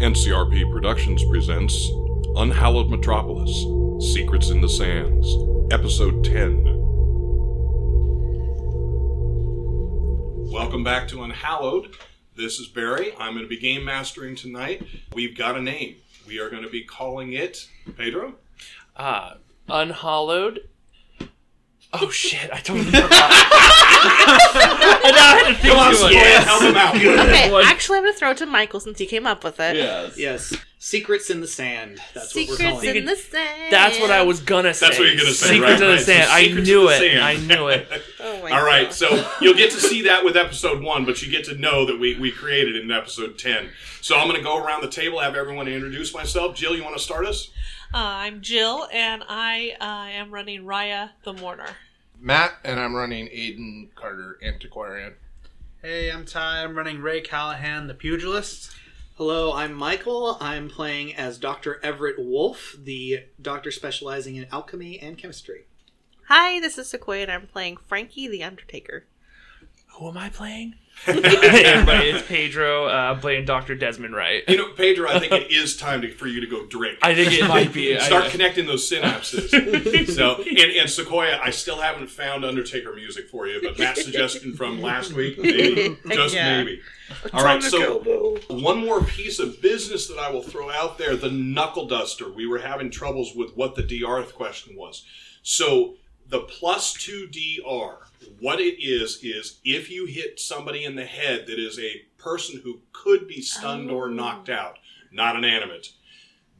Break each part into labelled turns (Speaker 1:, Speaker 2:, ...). Speaker 1: NCRP Productions presents Unhallowed Metropolis Secrets in the Sands, Episode 10. Welcome back to Unhallowed. This is Barry. I'm going to be game mastering tonight. We've got a name. We are going to be calling it Pedro.
Speaker 2: Uh, unhollowed. Oh shit! I totally forgot. I know I had to think
Speaker 1: Come on,
Speaker 2: too much.
Speaker 1: Sawyer, help him out.
Speaker 3: Okay,
Speaker 2: One-
Speaker 3: actually, I'm gonna throw it to Michael since he came up with it.
Speaker 4: Yes. Secrets in the sand. That's
Speaker 3: Secrets
Speaker 4: what we're calling
Speaker 3: in
Speaker 4: it.
Speaker 3: the sand.
Speaker 2: That's what I was gonna say.
Speaker 1: That's what you're gonna say,
Speaker 2: Secret
Speaker 1: right,
Speaker 2: to the
Speaker 1: right. So
Speaker 2: sand. I
Speaker 1: secret to
Speaker 2: knew
Speaker 1: the
Speaker 2: it.
Speaker 1: sand.
Speaker 2: I knew it.
Speaker 3: Oh my
Speaker 1: All right,
Speaker 3: God.
Speaker 1: so you'll get to see that with episode one, but you get to know that we, we created it in episode 10. So I'm going to go around the table, have everyone introduce myself. Jill, you want to start us?
Speaker 5: Uh, I'm Jill, and I uh, am running Raya the Mourner.
Speaker 6: Matt, and I'm running Aiden Carter Antiquarian.
Speaker 7: Hey, I'm Ty. I'm running Ray Callahan, the pugilist.
Speaker 4: Hello, I'm Michael. I'm playing as Dr. Everett Wolf, the doctor specializing in alchemy and chemistry.
Speaker 3: hi, this is Sequoia, and I'm playing Frankie the Undertaker.
Speaker 2: Who am I playing? hey, everybody, it's Pedro. Uh, I'm playing Doctor Desmond Wright.
Speaker 1: You know, Pedro, I think it is time to, for you to go drink.
Speaker 2: I think it might be. I-
Speaker 1: Start connecting those synapses. so, and, and Sequoia, I still haven't found Undertaker music for you, but that suggestion from last week, maybe, just
Speaker 3: Yeah.
Speaker 1: maybe. All right, so one more piece of business that I will throw out there: the knuckle duster. We were having troubles with what the dr question was. So the plus two dr, what it is is if you hit somebody in the head that is a person who could be stunned or knocked out, not inanimate,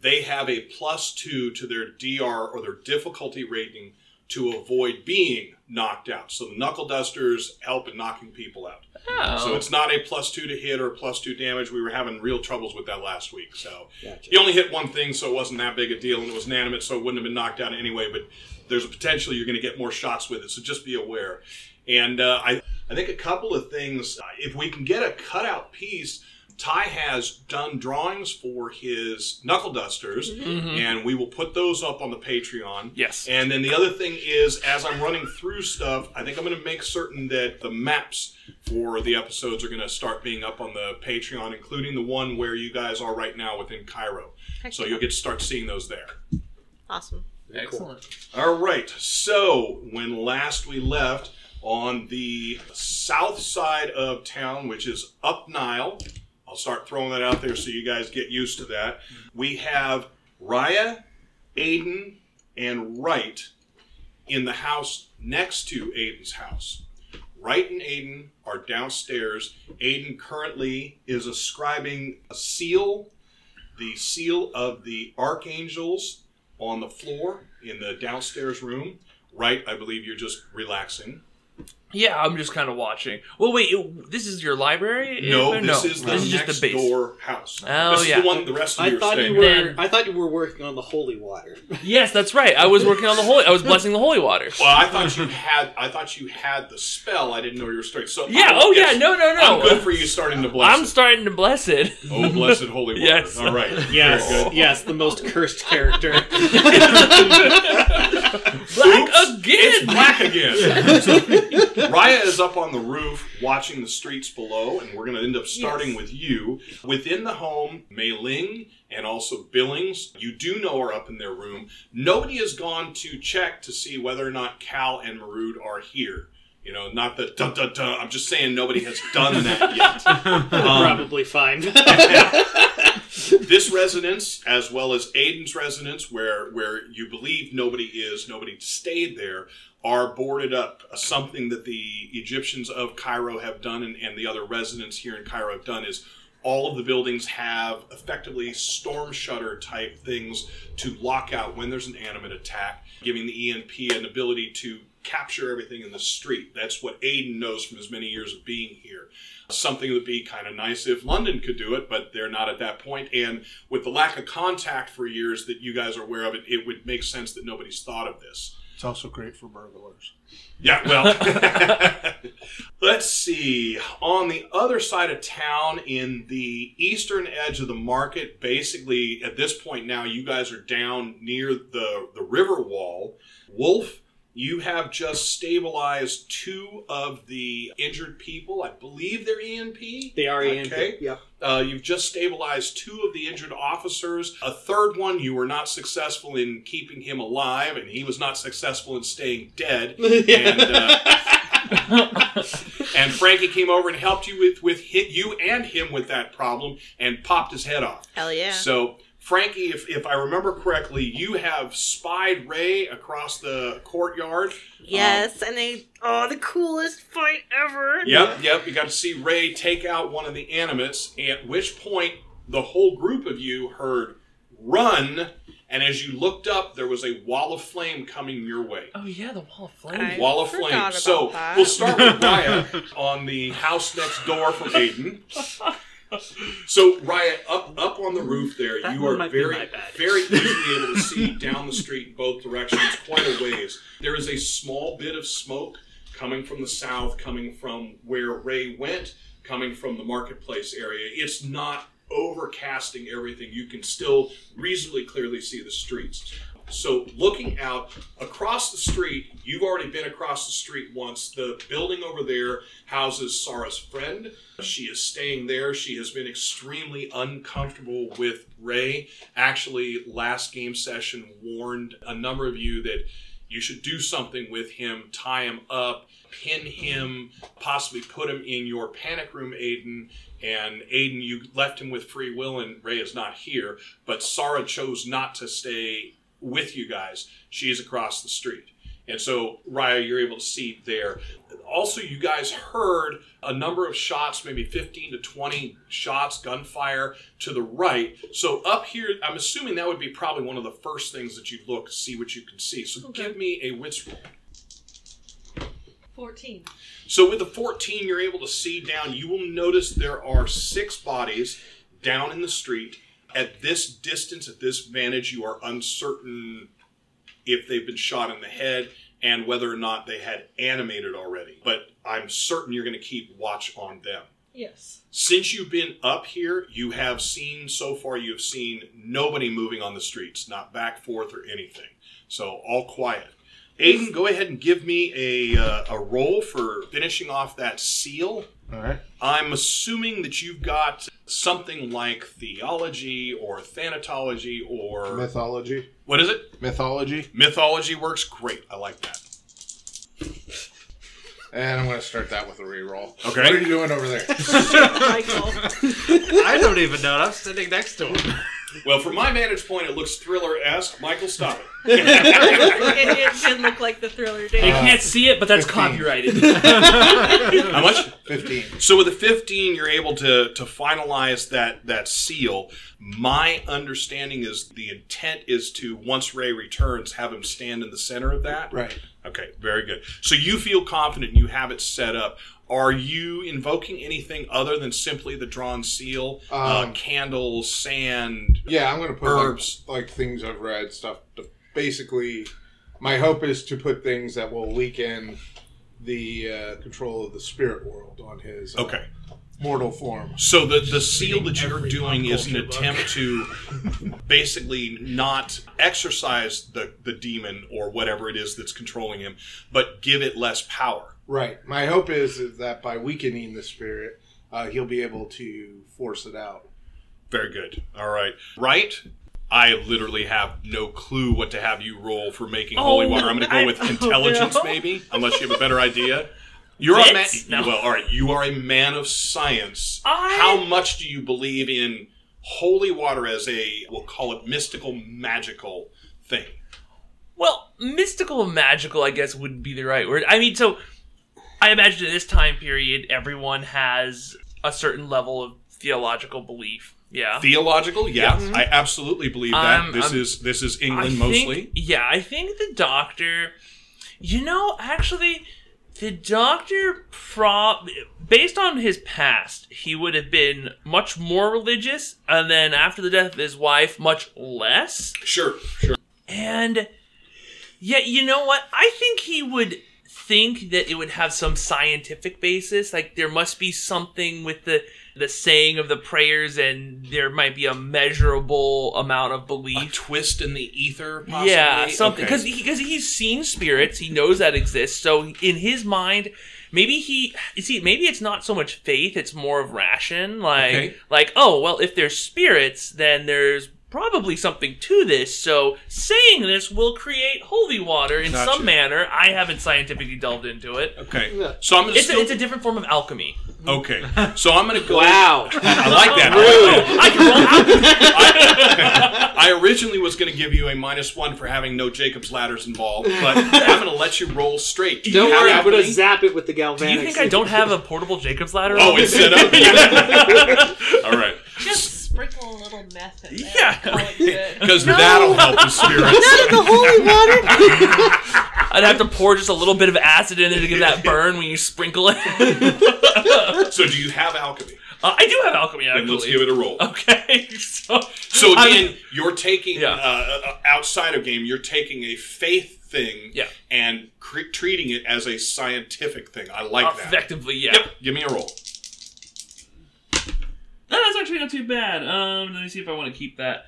Speaker 1: they have a plus two to their dr or their difficulty rating to avoid being knocked out. So the knuckle dusters help in knocking people out.
Speaker 2: Oh.
Speaker 1: So it's not a plus two to hit or a plus two damage. We were having real troubles with that last week. So
Speaker 4: Gotcha.
Speaker 1: you only hit one thing, so it wasn't that big a deal, and it was inanimate, so it wouldn't have been knocked out anyway. But there's a potential you're going to get more shots with it, so just be aware. And uh, I, I think a couple of things. uh, If we can get a cutout piece, Ty has done drawings for his knuckle dusters, and we will put those up on the Patreon.
Speaker 2: Yes.
Speaker 1: And then the other thing is, as I'm running through stuff, I think I'm going to make certain that the maps for the episodes are going to start being up on the Patreon, including the one where you guys are right now within Cairo. So you'll get to start seeing those there.
Speaker 3: Awesome.
Speaker 2: Excellent.
Speaker 1: All right. So when last we left on the south side of town, which is up Nile, I'll start throwing that out there so you guys get used to that. We have Raya, Aiden, and Wright in the house next to Aiden's house. Wright and Aiden are downstairs. Aiden currently is ascribing a seal, the seal of the archangels on the floor in the downstairs room. Right, I believe you're just relaxing.
Speaker 2: Yeah, I'm just kind of watching. Well, wait. It, this is your library?
Speaker 1: No,
Speaker 2: Info?
Speaker 1: this is the
Speaker 2: this is just
Speaker 1: next
Speaker 2: the base.
Speaker 1: door house.
Speaker 2: Oh,
Speaker 1: this
Speaker 2: yeah.
Speaker 1: is the one the rest of you
Speaker 4: I
Speaker 1: are
Speaker 4: thought
Speaker 1: staying
Speaker 4: you
Speaker 1: at.
Speaker 4: were
Speaker 2: Then-
Speaker 4: I thought you were working on the holy water.
Speaker 2: Yes, that's right. I was working on the holy. I was blessing the holy water.
Speaker 1: Well, I thought you had. I thought you had the spell. I didn't know you were starting. So
Speaker 2: Yeah.
Speaker 1: I-
Speaker 2: Oh,
Speaker 1: yes,
Speaker 2: yeah. No. No.
Speaker 1: I'm
Speaker 2: No.
Speaker 1: good for you starting to bless.
Speaker 2: I'm
Speaker 1: it.
Speaker 2: starting to bless it.
Speaker 1: oh, blessed holy water.
Speaker 2: Yes.
Speaker 1: All right. Very
Speaker 4: Yes.
Speaker 1: good.
Speaker 4: yes, the most cursed character.
Speaker 2: Black
Speaker 1: Oops.
Speaker 2: again.
Speaker 1: Black again. So, Raya is up on the roof watching the streets below, and we're going to end up starting with you. Within the home, Mei Ling and also Billings, you do know are up in their room. Nobody has gone to check to see whether or not Cal and Marud are here. You know, not the dun dun dun. I'm just saying nobody has done that yet. Um,
Speaker 4: Probably fine.
Speaker 1: this residence, as well as Aiden's residence, where where you believe nobody is, nobody stayed there, are boarded up. Something that the Egyptians of Cairo have done, and, and the other residents here in Cairo have done, is all of the buildings have effectively storm shutter type things to lock out when there's an animate attack, giving the ENP an ability to capture everything in the street. That's what Aiden knows from his many years of being here something that would be kind of nice if London could do it, but they're not at that point. And with the lack of contact for years that you guys are aware of, it, it would make sense that nobody's thought of this.
Speaker 6: It's also great for burglars.
Speaker 1: Yeah, well, let's see. On the other side of town, in the eastern edge of the market, basically at this point now, you guys are down near the the river wall. Wolf You have just stabilized two of the injured people. I believe they're E EMP.
Speaker 4: They are EMP.
Speaker 1: Okay.
Speaker 4: Yep.
Speaker 1: Uh, you've just stabilized two of the injured officers. A third one, you were not successful in keeping him alive, and he was not successful in staying dead. And, uh, and Frankie came over and helped you with with hit you and him with that problem, and popped his head off.
Speaker 3: Hell yeah.
Speaker 1: So, Frankie, if, if I remember correctly, you have spied Ray across the courtyard.
Speaker 3: yes,
Speaker 1: um,
Speaker 3: and they oh the coolest fight ever.
Speaker 1: Yep, yep. You got to see Ray take out one of the animates, at which point the whole group of you heard run, and as you looked up, there was a wall of flame coming your way.
Speaker 2: Oh yeah, the wall of flame.
Speaker 3: I
Speaker 1: Wall of
Speaker 3: forgot
Speaker 1: flame.
Speaker 3: about
Speaker 1: So
Speaker 3: that.
Speaker 1: we'll start with Raya on the house next door from Aiden. So Raya, up up on the roof there,
Speaker 7: That
Speaker 1: you
Speaker 7: one
Speaker 1: are
Speaker 7: might be
Speaker 1: very
Speaker 7: my bad.
Speaker 1: very easily able to see down the street in both directions, quite a ways. There is a small bit of smoke coming from the south, coming from where Ray went, coming from the marketplace area. It's not overcasting everything. You can still reasonably clearly see the streets. So, looking out across the street, you've already been across the street once. The building over there houses Sarah's friend. She is staying there. She has been extremely uncomfortable with Ray. Actually, last game session warned a number of you that you should do something with him, tie him up, pin him, possibly put him in your panic room, Aiden. And Aiden, you left him with free will, and Ray is not here. But Sarah chose not to stay with you guys. She is across the street. And so, Raya, you're able to see there. Also, you guys heard a number of shots, maybe 15 to 20 shots, gunfire to the right. So, up here, I'm assuming that would be probably one of the first things that you look, see what you can see. So, give me a wits roll.
Speaker 5: 14.
Speaker 1: So with the 14 you're able to see down, you will notice there are six bodies down in the street. At this distance, at this vantage, you are uncertain if they've been shot in the head and whether or not they had animated already. But I'm certain you're going to keep watch on them.
Speaker 5: Yes.
Speaker 1: Since you've been up here, you have seen so far, you have seen nobody moving on the streets, not back, forth, or anything. So all quiet. Aiden, go ahead and give me a, uh, a roll for finishing off that seal.
Speaker 6: All right.
Speaker 1: I'm assuming that you've got something like theology or thanatology or.
Speaker 6: Mythology.
Speaker 1: what is it?
Speaker 6: Mythology.
Speaker 1: Mythology works great. I like that.
Speaker 6: And I'm going to start that with a reroll.
Speaker 1: Okay.
Speaker 6: What are you doing over there?
Speaker 5: Michael.
Speaker 7: I don't even know. I'm sitting next to him.
Speaker 1: Well, from my vantage point, it looks thriller esque. Michael, stop it.
Speaker 5: it, it did look like the thriller
Speaker 2: They
Speaker 5: did.
Speaker 2: can't see it, but that's
Speaker 6: 15.
Speaker 2: copyrighted.
Speaker 1: How much?
Speaker 6: 15.
Speaker 1: So with a 15, you're able to to finalize that that seal. My understanding is the intent is to once Ray returns, have him stand in the center of that.
Speaker 6: Right.
Speaker 1: Okay, very good. So you feel confident you have it set up. Are you invoking anything other than simply the drawn seal, uh,
Speaker 6: Um,
Speaker 1: candles, sand?
Speaker 6: Yeah, I'm going to put
Speaker 1: Herbs.
Speaker 6: like, like things I've read, stuff. To basically, my hope is to put things that will weaken the uh, control of the spirit world on his uh,
Speaker 1: Okay.
Speaker 6: mortal form.
Speaker 1: So the the seal that you're
Speaker 7: every
Speaker 1: doing
Speaker 7: pop
Speaker 1: is an
Speaker 7: culture book.
Speaker 1: attempt to basically not exercise the the demon or whatever it is that's controlling him, but give it less power.
Speaker 6: Right. My hope is, is that by weakening the spirit, uh, he'll be able to force it out.
Speaker 1: Very good. All right. Right? I literally have no clue what to have you roll for making holy
Speaker 2: Oh,
Speaker 1: water. I'm going to go
Speaker 2: I-
Speaker 1: with
Speaker 2: oh,
Speaker 1: intelligence,
Speaker 2: no.
Speaker 1: maybe, unless you have a better idea. You're a man.
Speaker 2: Wits? No.
Speaker 1: Well, all right. You are a man of science.
Speaker 2: I-
Speaker 1: How much do you believe in holy water as a we'll call it mystical, magical thing?
Speaker 2: well, mystical and magical, I guess, wouldn't be the right word. I mean, so I imagine at this time period, everyone has a certain level of theological belief. Yeah.
Speaker 1: Theological? Yeah, I absolutely believe that.
Speaker 2: Um,
Speaker 1: this
Speaker 2: um,
Speaker 1: is this is
Speaker 2: I
Speaker 1: England
Speaker 2: think-
Speaker 1: mostly.
Speaker 2: yeah, I think the doctor. You know, actually, the doctor prob based on his past, he would have been much more religious, and then after the death of his wife, much less.
Speaker 1: Sure, sure.
Speaker 2: And yet, you know what? I think he would think that it would have some scientific basis. Like there must be something with the the saying of the prayers, and there might be a measurable amount of
Speaker 1: A
Speaker 2: belief.
Speaker 1: twist in the ether, possibly?
Speaker 2: Yeah, something
Speaker 1: Okay.
Speaker 2: because because he's seen spirits, he knows that exists. So in his mind, maybe he you see maybe it's not so much faith; it's more of ration. Like
Speaker 1: Okay.
Speaker 2: like oh well, if there's spirits, then there's probably something to this. So saying this will create holy water in
Speaker 1: Gotcha.
Speaker 2: some manner. I haven't scientifically delved into it.
Speaker 1: Okay.
Speaker 4: Yeah.
Speaker 1: So I'm gonna
Speaker 2: It's a,
Speaker 1: still,
Speaker 2: it's a different form of alchemy.
Speaker 1: okay. So I'm gonna go.
Speaker 4: Wow.
Speaker 1: I like that. Oh, I like that.
Speaker 2: Oh, I can roll alchemy.
Speaker 1: I originally was going to give you a minus one for having no Jacob's ladders involved, but I'm going to let you roll straight. Do
Speaker 4: Don't
Speaker 1: you have
Speaker 4: worry,
Speaker 1: that
Speaker 4: I'm gonna
Speaker 1: thing?
Speaker 4: zap it with the
Speaker 2: Do
Speaker 4: galvanic.
Speaker 2: you think I don't have a portable Jacob's ladder?
Speaker 1: Oh,
Speaker 2: on?
Speaker 1: it's set up. All right,
Speaker 5: Just sprinkle a little meth in there.
Speaker 2: Yeah.
Speaker 5: Call it good.
Speaker 1: because that'll help the spirits.
Speaker 3: None of the holy water.
Speaker 2: I'd have to pour just a little bit of acid in there to give that burn when you sprinkle it. uh,
Speaker 1: So, do you have alchemy?
Speaker 2: I do have alchemy,
Speaker 1: Then let's
Speaker 2: actually.
Speaker 1: give it a roll.
Speaker 2: Okay, so
Speaker 1: So
Speaker 2: I'm-
Speaker 1: again, you're taking
Speaker 2: Uh, Yeah.
Speaker 1: uh, uh, uh, outside of game. You're taking a faith thing
Speaker 2: Yeah.
Speaker 1: and cre- treating it as a scientific thing. I
Speaker 2: Oh,
Speaker 1: like that.
Speaker 2: effectively, yeah.
Speaker 1: Yep. Give me a roll.
Speaker 2: No, that's actually not too bad. Um, let me see if I want to keep that.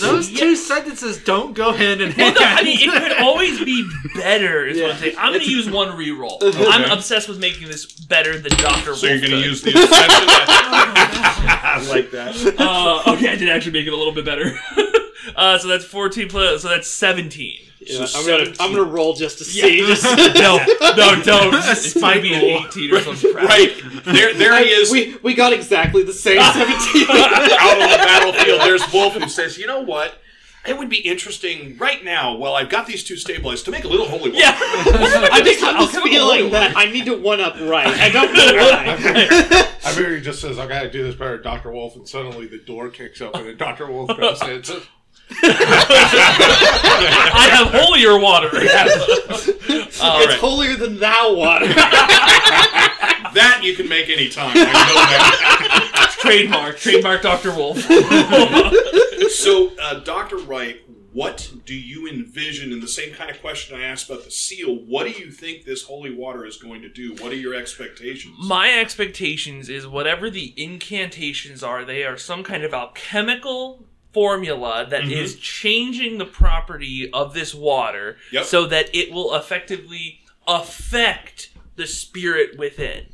Speaker 7: Those two sentences don't go hand in
Speaker 2: Well,
Speaker 7: hand.
Speaker 2: no, I mean, it could always be better. Is what I'm
Speaker 4: Yeah.
Speaker 2: saying. I'm going to use one reroll.
Speaker 1: Okay.
Speaker 2: I'm obsessed with making this better than Doctor.
Speaker 1: So you're
Speaker 2: going
Speaker 1: going to use the ascension. I like that.
Speaker 2: Uh, okay, I did actually make it a little bit better. uh, so that's 14 plus. So that's 17.
Speaker 4: Yeah, I'm gonna I'm gonna roll just to see.
Speaker 2: Yeah.
Speaker 4: Just,
Speaker 2: No, no, don't. It's
Speaker 7: spike
Speaker 2: maybe an
Speaker 7: roll.
Speaker 2: 18 or some crap.
Speaker 1: Right there, there he is.
Speaker 4: We we got exactly the same seventeen.
Speaker 1: out on the battlefield, there's Wolf who says, "You know what? It would be interesting right now, while I've got these two stabilized, to make a little holy water."
Speaker 2: Yeah.
Speaker 4: I just have
Speaker 2: I'll
Speaker 4: this
Speaker 2: come
Speaker 4: feeling
Speaker 2: along.
Speaker 4: that I need to one up right. I don't know why.
Speaker 6: I figure he just says, I gotta do this better, Dr. Wolf, and suddenly the door kicks open and Dr. Wolf comes in. So,
Speaker 2: I have holier water.
Speaker 4: it's
Speaker 1: right.
Speaker 4: holier than thou water.
Speaker 1: That you can make any time. I know that.
Speaker 2: trademark, trademark Dr. Wolf.
Speaker 1: so, uh, Doctor Wright, what do you envision? And the same kind of question I asked about the seal. What do you think this holy water is going to do? What are your expectations?
Speaker 2: My expectations is whatever the incantations are, they are some kind of alchemical formula that is
Speaker 1: Mhm.
Speaker 2: changing the property of this water
Speaker 1: Yep.
Speaker 2: so that it will effectively affect the spirit within.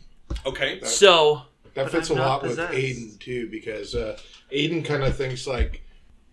Speaker 1: okay.
Speaker 2: So
Speaker 6: that fits a
Speaker 7: I'm not
Speaker 6: lot
Speaker 7: possessed.
Speaker 6: with Aiden, too, because uh, Aiden kind of thinks like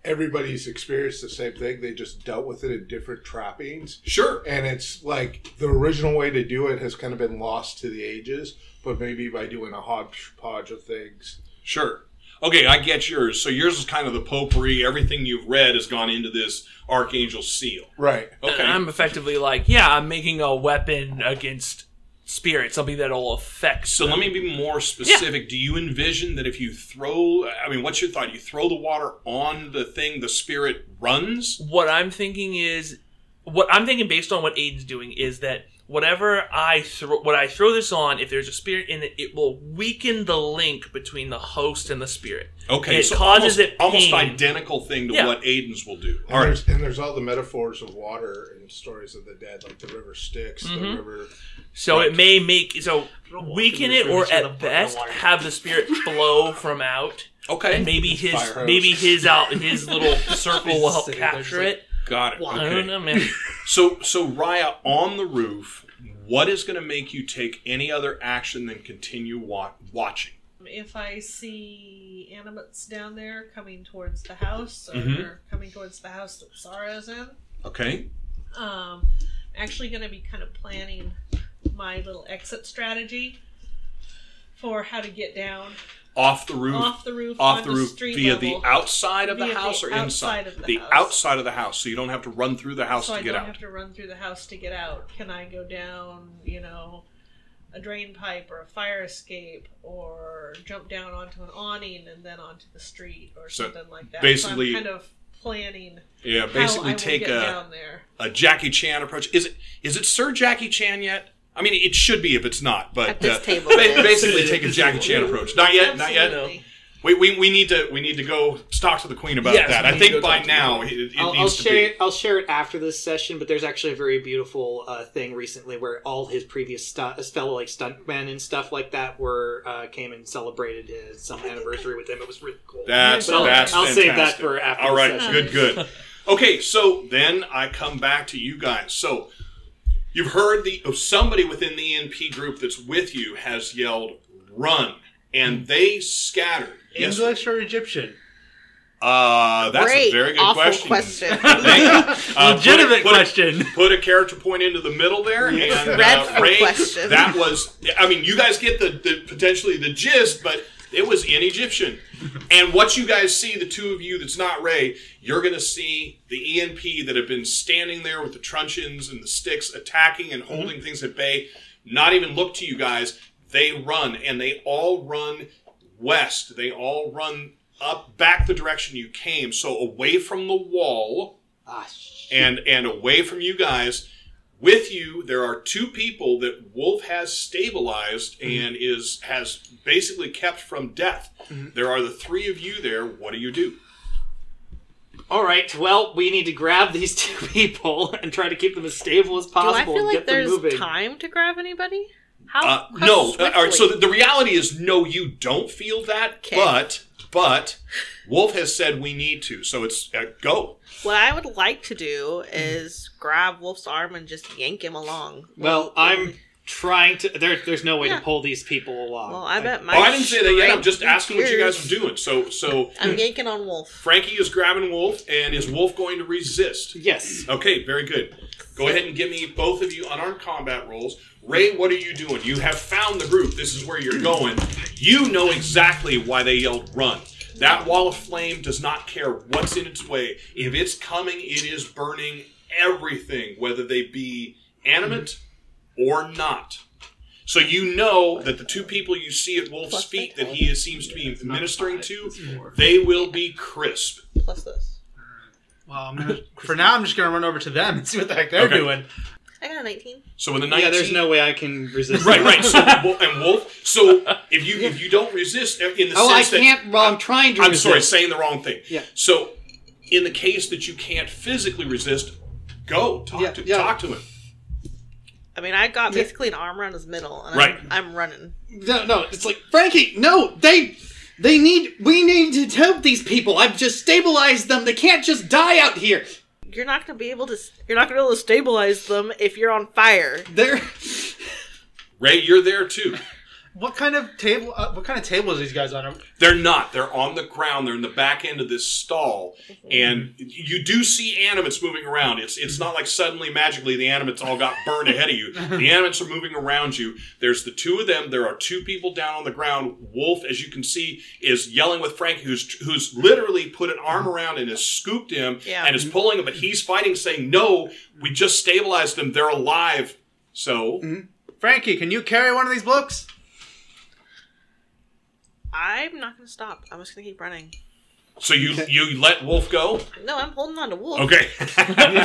Speaker 6: everybody's experienced the same thing. They just dealt with it in different trappings.
Speaker 1: Sure.
Speaker 6: And it's like the original way to do it has kind of been lost to the ages, but maybe by doing a hodgepodge of things.
Speaker 1: Sure. Okay, I get yours. So yours is kind of the potpourri. Everything you've read has gone into this archangel seal.
Speaker 6: Right.
Speaker 1: Okay.
Speaker 2: And I'm effectively like, yeah, I'm making a weapon against spirits, something that'll affect.
Speaker 1: So let me be more specific. Do you envision that if you throw, I mean, what's your thought? You throw the water on the thing, the spirit runs?
Speaker 2: What I'm thinking is, what I'm thinking based on what Aiden's doing is that whatever I throw, what I throw this on, if there's a spirit in it, it will weaken the link between the host and the spirit.
Speaker 1: Okay,
Speaker 2: It
Speaker 1: so almost,
Speaker 2: causes it
Speaker 1: almost
Speaker 2: pain.
Speaker 1: identical thing to
Speaker 2: Yeah.
Speaker 1: what Aiden's will do.
Speaker 6: And,
Speaker 1: All right.
Speaker 6: there's, and there's all the metaphors of water and stories of the dead, like the river Styx,
Speaker 7: Mm-hmm.
Speaker 6: the river.
Speaker 2: So it may make so weaken it, or
Speaker 7: Sort of
Speaker 2: at
Speaker 7: put it
Speaker 2: best
Speaker 7: away.
Speaker 2: have the spirit flow from out, and
Speaker 1: Okay,
Speaker 2: maybe his
Speaker 6: Fire hose.
Speaker 2: maybe his out his little circle will help
Speaker 7: Sitting there just
Speaker 2: capture
Speaker 7: like-
Speaker 2: it.
Speaker 1: got it.
Speaker 2: I don't
Speaker 1: Okay.
Speaker 2: know, man.
Speaker 1: So, so Raya on the roof. What is going to make you take any other action than continue wa- watching?
Speaker 5: Um, If I see animates down there coming towards the house or
Speaker 1: Mhm.
Speaker 5: coming towards the house that Sarah's in,
Speaker 1: Okay.
Speaker 5: um, actually going to be kind of planning my little exit strategy for how to get down
Speaker 1: Off the roof.
Speaker 5: off the roof,
Speaker 1: off
Speaker 5: onto
Speaker 1: the roof
Speaker 5: street
Speaker 1: via
Speaker 5: level,
Speaker 1: the outside of the
Speaker 5: Via the
Speaker 1: house or inside?
Speaker 5: outside of the house.
Speaker 1: outside of the house, so you don't have to run through the house
Speaker 5: so
Speaker 1: to
Speaker 5: I
Speaker 1: get
Speaker 5: don't
Speaker 1: out.
Speaker 5: have to run through the house to get out. Can I go down, you know, a drain pipe or a fire escape, or jump down onto an awning and then onto the street or
Speaker 1: So
Speaker 5: something like that?
Speaker 1: basically-
Speaker 5: so I'm kind of planning
Speaker 1: yeah,
Speaker 5: how I
Speaker 1: basically
Speaker 5: will
Speaker 1: take
Speaker 5: get
Speaker 1: a.
Speaker 5: down there.
Speaker 1: a Jackie Chan approach. Is it is it Sir Jackie Chan yet? I mean, it should be if it's not. But
Speaker 3: At this
Speaker 1: uh,
Speaker 3: table,
Speaker 1: ba-
Speaker 3: it is.
Speaker 1: basically take a Jackie Chan approach. Not yet, not yet.
Speaker 5: Absolutely.
Speaker 1: We, we, we need to we need to go talk to the queen about
Speaker 2: Yes,
Speaker 1: that.
Speaker 2: we
Speaker 1: I
Speaker 2: need
Speaker 1: think
Speaker 2: to go
Speaker 1: by
Speaker 2: talk to
Speaker 1: now it, it
Speaker 4: I'll,
Speaker 1: needs
Speaker 4: I'll
Speaker 1: to
Speaker 4: share
Speaker 1: be.
Speaker 4: it. I'll share it after this session. But there's actually a very beautiful uh, thing recently where all his previous stu- his fellow like stuntmen and stuff like that were uh, came and celebrated his some anniversary with him. It was really cool.
Speaker 1: That's
Speaker 4: But I'll,
Speaker 1: that's
Speaker 4: I'll
Speaker 1: fantastic.
Speaker 4: save that for after.
Speaker 1: All
Speaker 4: the
Speaker 1: right,
Speaker 4: session.
Speaker 1: good, good. Okay, so then I come back to you guys. So you've heard the oh, somebody within the ENP group that's with you has yelled "run," and they scattered. Yes.
Speaker 7: English or Egyptian?
Speaker 1: Uh, that's
Speaker 3: Great,
Speaker 1: a very good
Speaker 3: awful
Speaker 1: question.
Speaker 3: question.
Speaker 1: Thank you. Uh, put it-
Speaker 7: Legitimate
Speaker 1: put it-
Speaker 7: question.
Speaker 1: Put a character point into the middle there, and uh,
Speaker 3: Dreadful
Speaker 1: Ray,
Speaker 3: question.
Speaker 1: that was. I mean, you guys get the, the potentially the gist, but it was in Egyptian. And what you guys see, the two of you that's not Ray, you're going to see the ENP that have been standing there with the truncheons and the sticks, attacking and holding
Speaker 7: Mm-hmm.
Speaker 1: things at bay. Not even look to you guys. They run, and they all run west. They all run up back the direction you came, so away from the wall
Speaker 4: Ah, sh-
Speaker 1: and and away from you guys. With you, there are two people that Wolf has stabilized
Speaker 3: Mm-hmm.
Speaker 1: and is has basically kept from death.
Speaker 3: Mm-hmm.
Speaker 1: There are the three of you there. What do you do?
Speaker 4: all right. Well, we need to grab these two people and try to keep them as stable as
Speaker 3: Do I
Speaker 4: possible
Speaker 3: feel
Speaker 4: and
Speaker 3: like
Speaker 4: get them
Speaker 3: there's
Speaker 4: moving.
Speaker 3: time to grab anybody? How?
Speaker 1: Uh,
Speaker 3: how
Speaker 1: no, Uh, all right. So
Speaker 3: swiftly?
Speaker 1: the, the reality is, no, you don't feel that.
Speaker 3: Okay.
Speaker 1: But but Wolf has said we need to. So it's uh, go.
Speaker 3: What I would like to do is grab Wolf's arm and just yank him along.
Speaker 4: Well, I'm trying to. There, there's no way
Speaker 3: Yeah.
Speaker 4: to pull these people along.
Speaker 3: Well, I bet my.
Speaker 1: oh, I didn't say that yet. I'm just
Speaker 3: strength
Speaker 1: asking what you guys
Speaker 3: is-
Speaker 1: are doing. So so
Speaker 3: I'm yanking on Wolf.
Speaker 1: Frankie is grabbing Wolf, and is Wolf going to resist?
Speaker 4: Yes.
Speaker 1: Okay, very good. Go ahead and give me both of you unarmed combat rolls. Ray, what are you doing? You have found the group. This is where you're going. You know exactly why they yelled run. That wall of flame does not care what's in its way. If it's coming, it is burning everything, whether they be animate or not. So you know that the two people you see at Wolf's feet that he is, seems to be ministering to, they will be crisp.
Speaker 3: Plus this.
Speaker 7: Well, I'm gonna, for now, I'm just gonna run over to them and see what the heck they're
Speaker 1: Okay.
Speaker 7: doing.
Speaker 3: I got a 19.
Speaker 1: So in the 19,
Speaker 4: Yeah, there's no way I can resist.
Speaker 1: Right,
Speaker 4: that.
Speaker 1: right. So Wo- and Wolf. So if you if you don't resist uh, in the
Speaker 4: Oh, I
Speaker 1: sense that
Speaker 4: can't. Well, I'm trying to.
Speaker 1: I'm
Speaker 4: resist.
Speaker 1: sorry, saying the wrong thing.
Speaker 4: Yeah.
Speaker 1: So in the case that you can't physically resist, go talk
Speaker 4: Yeah,
Speaker 1: to
Speaker 4: yeah.
Speaker 1: talk to him.
Speaker 3: I mean, I got basically an arm around his middle, and
Speaker 1: Right.
Speaker 3: I'm, I'm running.
Speaker 4: No, no. It's like Frankie. No, they, they need. We need to help these people. I've just stabilized them. They can't just die out here.
Speaker 3: You're not going to be able to. s- You're not going to be able to stabilize them if you're on fire.
Speaker 4: They're.
Speaker 1: Ray, you're there too.
Speaker 7: What kind of table? Uh, what kind of table is these guys on?
Speaker 1: They're not. They're on the ground. They're in the back end of this stall, and you do see animates moving around. It's it's not like suddenly magically the animates all got burned ahead of you. The animates are moving around you. There's the two of them. There are two people down on the ground. Wolf, as you can see, is yelling with Frank, who's who's literally put an arm around and has scooped him
Speaker 3: Yeah.
Speaker 1: and is pulling him, but he's fighting, saying, "No, we just stabilized them. They're alive." So
Speaker 7: Frankie, can you carry one of these books?
Speaker 3: I'm not going to stop. I'm just going to keep running.
Speaker 1: so you you let Wolf go.
Speaker 3: No, I'm holding on to Wolf.
Speaker 1: Okay.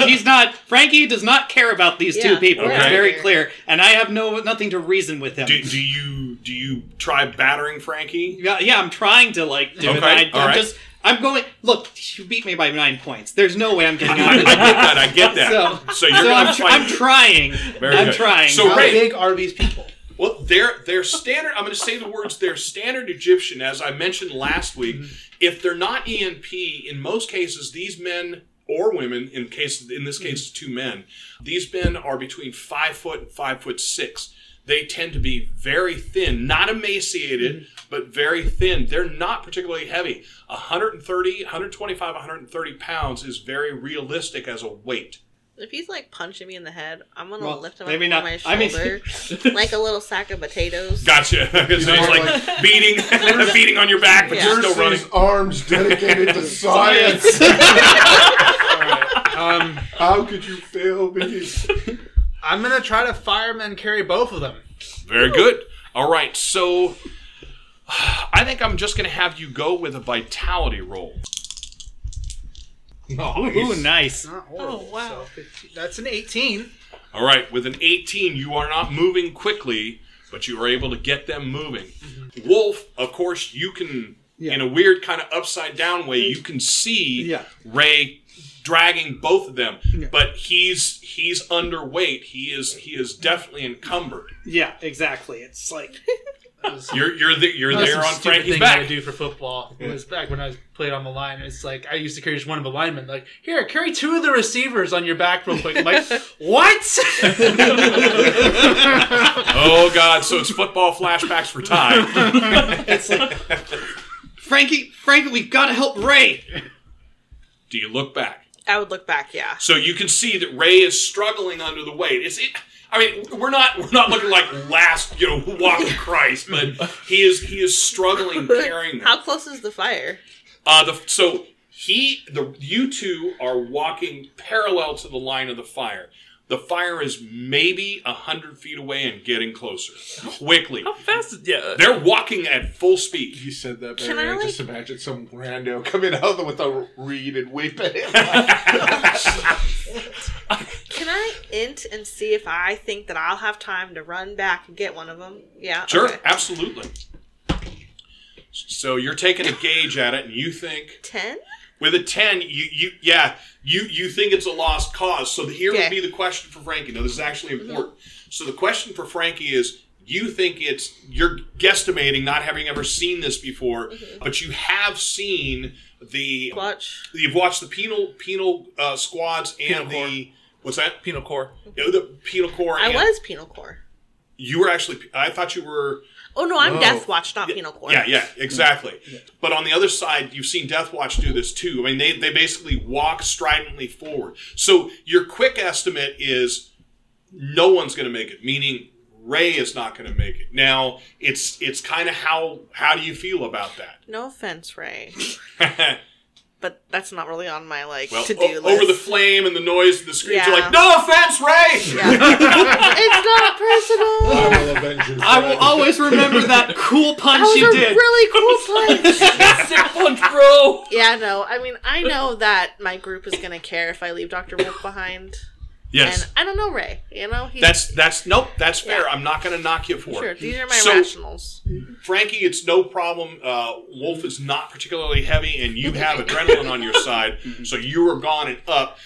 Speaker 4: He's not. Frankie does not care about these
Speaker 3: Yeah,
Speaker 4: two people. It's
Speaker 1: okay.
Speaker 4: very clear, and I have no nothing to reason with him.
Speaker 1: Do, do you do you try battering Frankie?
Speaker 4: Yeah, yeah, I'm trying to like do
Speaker 1: Okay,
Speaker 4: it. I, I'm
Speaker 1: all right.
Speaker 4: just, I'm going. Look, you beat me by nine points. There's no way I'm getting out
Speaker 1: I, I get
Speaker 4: of this.
Speaker 1: that. I get that. So,
Speaker 4: So-
Speaker 1: you're
Speaker 4: So
Speaker 1: gonna
Speaker 4: I'm, tr-
Speaker 1: fight.
Speaker 4: I'm trying.
Speaker 1: Very
Speaker 4: I'm
Speaker 1: good.
Speaker 4: trying.
Speaker 1: So-
Speaker 7: How
Speaker 1: Great.
Speaker 7: big are these people?
Speaker 1: well, their their standard. I'm going to say the words. Their standard Egyptian, as I mentioned last week, if they're not ENP, in most cases, these men or women, in case in this case, it's two men. These men are between five foot and five foot six. They tend to be very thin, not emaciated, but very thin. They're not particularly heavy. 130, 125, 130 pounds is very realistic as a weight.
Speaker 3: If he's like punching me in the head, I'm gonna
Speaker 4: Well,
Speaker 3: lift him
Speaker 4: maybe not.
Speaker 3: up on my
Speaker 4: I mean-
Speaker 3: shoulder like a little sack of potatoes.
Speaker 1: Gotcha. so he's
Speaker 7: know,
Speaker 1: like, beating, beating on your back, but
Speaker 3: Yeah.
Speaker 1: you're still running.
Speaker 6: Percy's arms dedicated to science.
Speaker 7: Um,
Speaker 6: How could you fail me?
Speaker 7: I'm gonna try to fireman carry both of them.
Speaker 1: Very good. All right, so I think I'm just going to have you go with a vitality roll.
Speaker 4: Ooh, nice.
Speaker 7: Not horrible,
Speaker 5: Oh, wow.
Speaker 7: so 15 that's an 18.
Speaker 1: All right, with an 18, you are not moving quickly, but you are able to get them moving. Wolf, of course, you can
Speaker 7: Mm-hmm. Yeah.
Speaker 1: in a weird kind of upside down way. You can see
Speaker 7: Yeah.
Speaker 1: Ray dragging both of them,
Speaker 7: Yeah.
Speaker 1: but he's he's underweight. He is he is definitely encumbered.
Speaker 7: Yeah, exactly. It's like
Speaker 1: You're you're the, you're
Speaker 7: That
Speaker 1: there
Speaker 7: some
Speaker 1: on
Speaker 7: stupid
Speaker 1: Frankie's
Speaker 7: thing
Speaker 1: back.
Speaker 7: I do for football. It was back when I played on the line. It's like I used to carry just one of the linemen. Like here, carry two of the receivers on your back real quick. I'm like what?
Speaker 1: Oh God! So it's football flashbacks for Ty.
Speaker 7: it's like Frankie, Frankie, we gotta help Ray.
Speaker 1: Do you look back?
Speaker 3: I would look back, yeah.
Speaker 1: So you can see that Ray is struggling under the weight. It's it. I mean, we're not we're not looking like last you know walk of Christ, but he is he is struggling carrying. them.
Speaker 3: How close is the fire?
Speaker 1: Uh, the, so he, the you two are walking parallel to the line of the fire. The fire is maybe a hundred feet away and getting closer. Quickly,
Speaker 2: How fast is yeah? uh,
Speaker 1: they're walking at full speed.
Speaker 6: You said that,
Speaker 3: Can
Speaker 6: Barry. I,
Speaker 3: I, like-
Speaker 6: just imagine some rando coming out with a reed and whip at him.
Speaker 3: Can I int and see if I think that I'll have time to run back and get one of them? Yeah.
Speaker 1: Sure,
Speaker 3: okay.
Speaker 1: absolutely. So you're taking a gauge at it, and you think
Speaker 3: Ten?
Speaker 1: with a ten, you you yeah, you you think it's a lost cause. So here would
Speaker 3: Okay.
Speaker 1: be the question for Frankie. Now this is actually important. So the question for Frankie is: You think it's you're guesstimating, not having ever seen this before,
Speaker 3: Mm-hmm.
Speaker 1: but you have seen the
Speaker 3: Clutch.
Speaker 1: you've watched the penal penal uh, squads and
Speaker 2: Penal
Speaker 1: the what's that
Speaker 2: Penal core.
Speaker 1: You know, the penal corps.
Speaker 3: I
Speaker 1: and-
Speaker 3: was penal core.
Speaker 1: You were actually. I thought you were.
Speaker 3: Oh no, I'm
Speaker 6: Whoa.
Speaker 3: Death Watch, not penal core.
Speaker 1: Yeah, yeah, exactly. But on the other side, you've seen Death Watch do this too. I mean, they, they basically walk stridently forward. So your quick estimate is no one's going to make it, meaning Ray is not going to make it. Now, it's it's kind of how how do you feel about
Speaker 3: No offense, Ray,
Speaker 1: that?
Speaker 3: but that's not really on my like
Speaker 1: well,
Speaker 3: to do
Speaker 1: o-
Speaker 3: list.
Speaker 1: over the flame and the noise and the screams, you're
Speaker 3: Yeah.
Speaker 1: like, no offense, Ray.
Speaker 3: Yeah. it's not personal.
Speaker 7: I will always remember that cool punch
Speaker 3: That was
Speaker 7: you
Speaker 3: a
Speaker 7: did.
Speaker 3: really cool place.
Speaker 2: Sick punch, bro.
Speaker 3: Yeah, no. I mean, I know that my group is gonna care if I leave Doctor Wolf behind,
Speaker 1: Yes,
Speaker 3: and I don't know Ray. You know, he's
Speaker 1: that's that's nope, that's fair. I'm not going to knock you for
Speaker 3: sure.
Speaker 1: it.
Speaker 3: These are my
Speaker 1: So-
Speaker 3: rationals.
Speaker 1: Frankie, it's no problem. Uh, Wolf is not particularly heavy, and you have adrenaline on your side, so you are gone and up.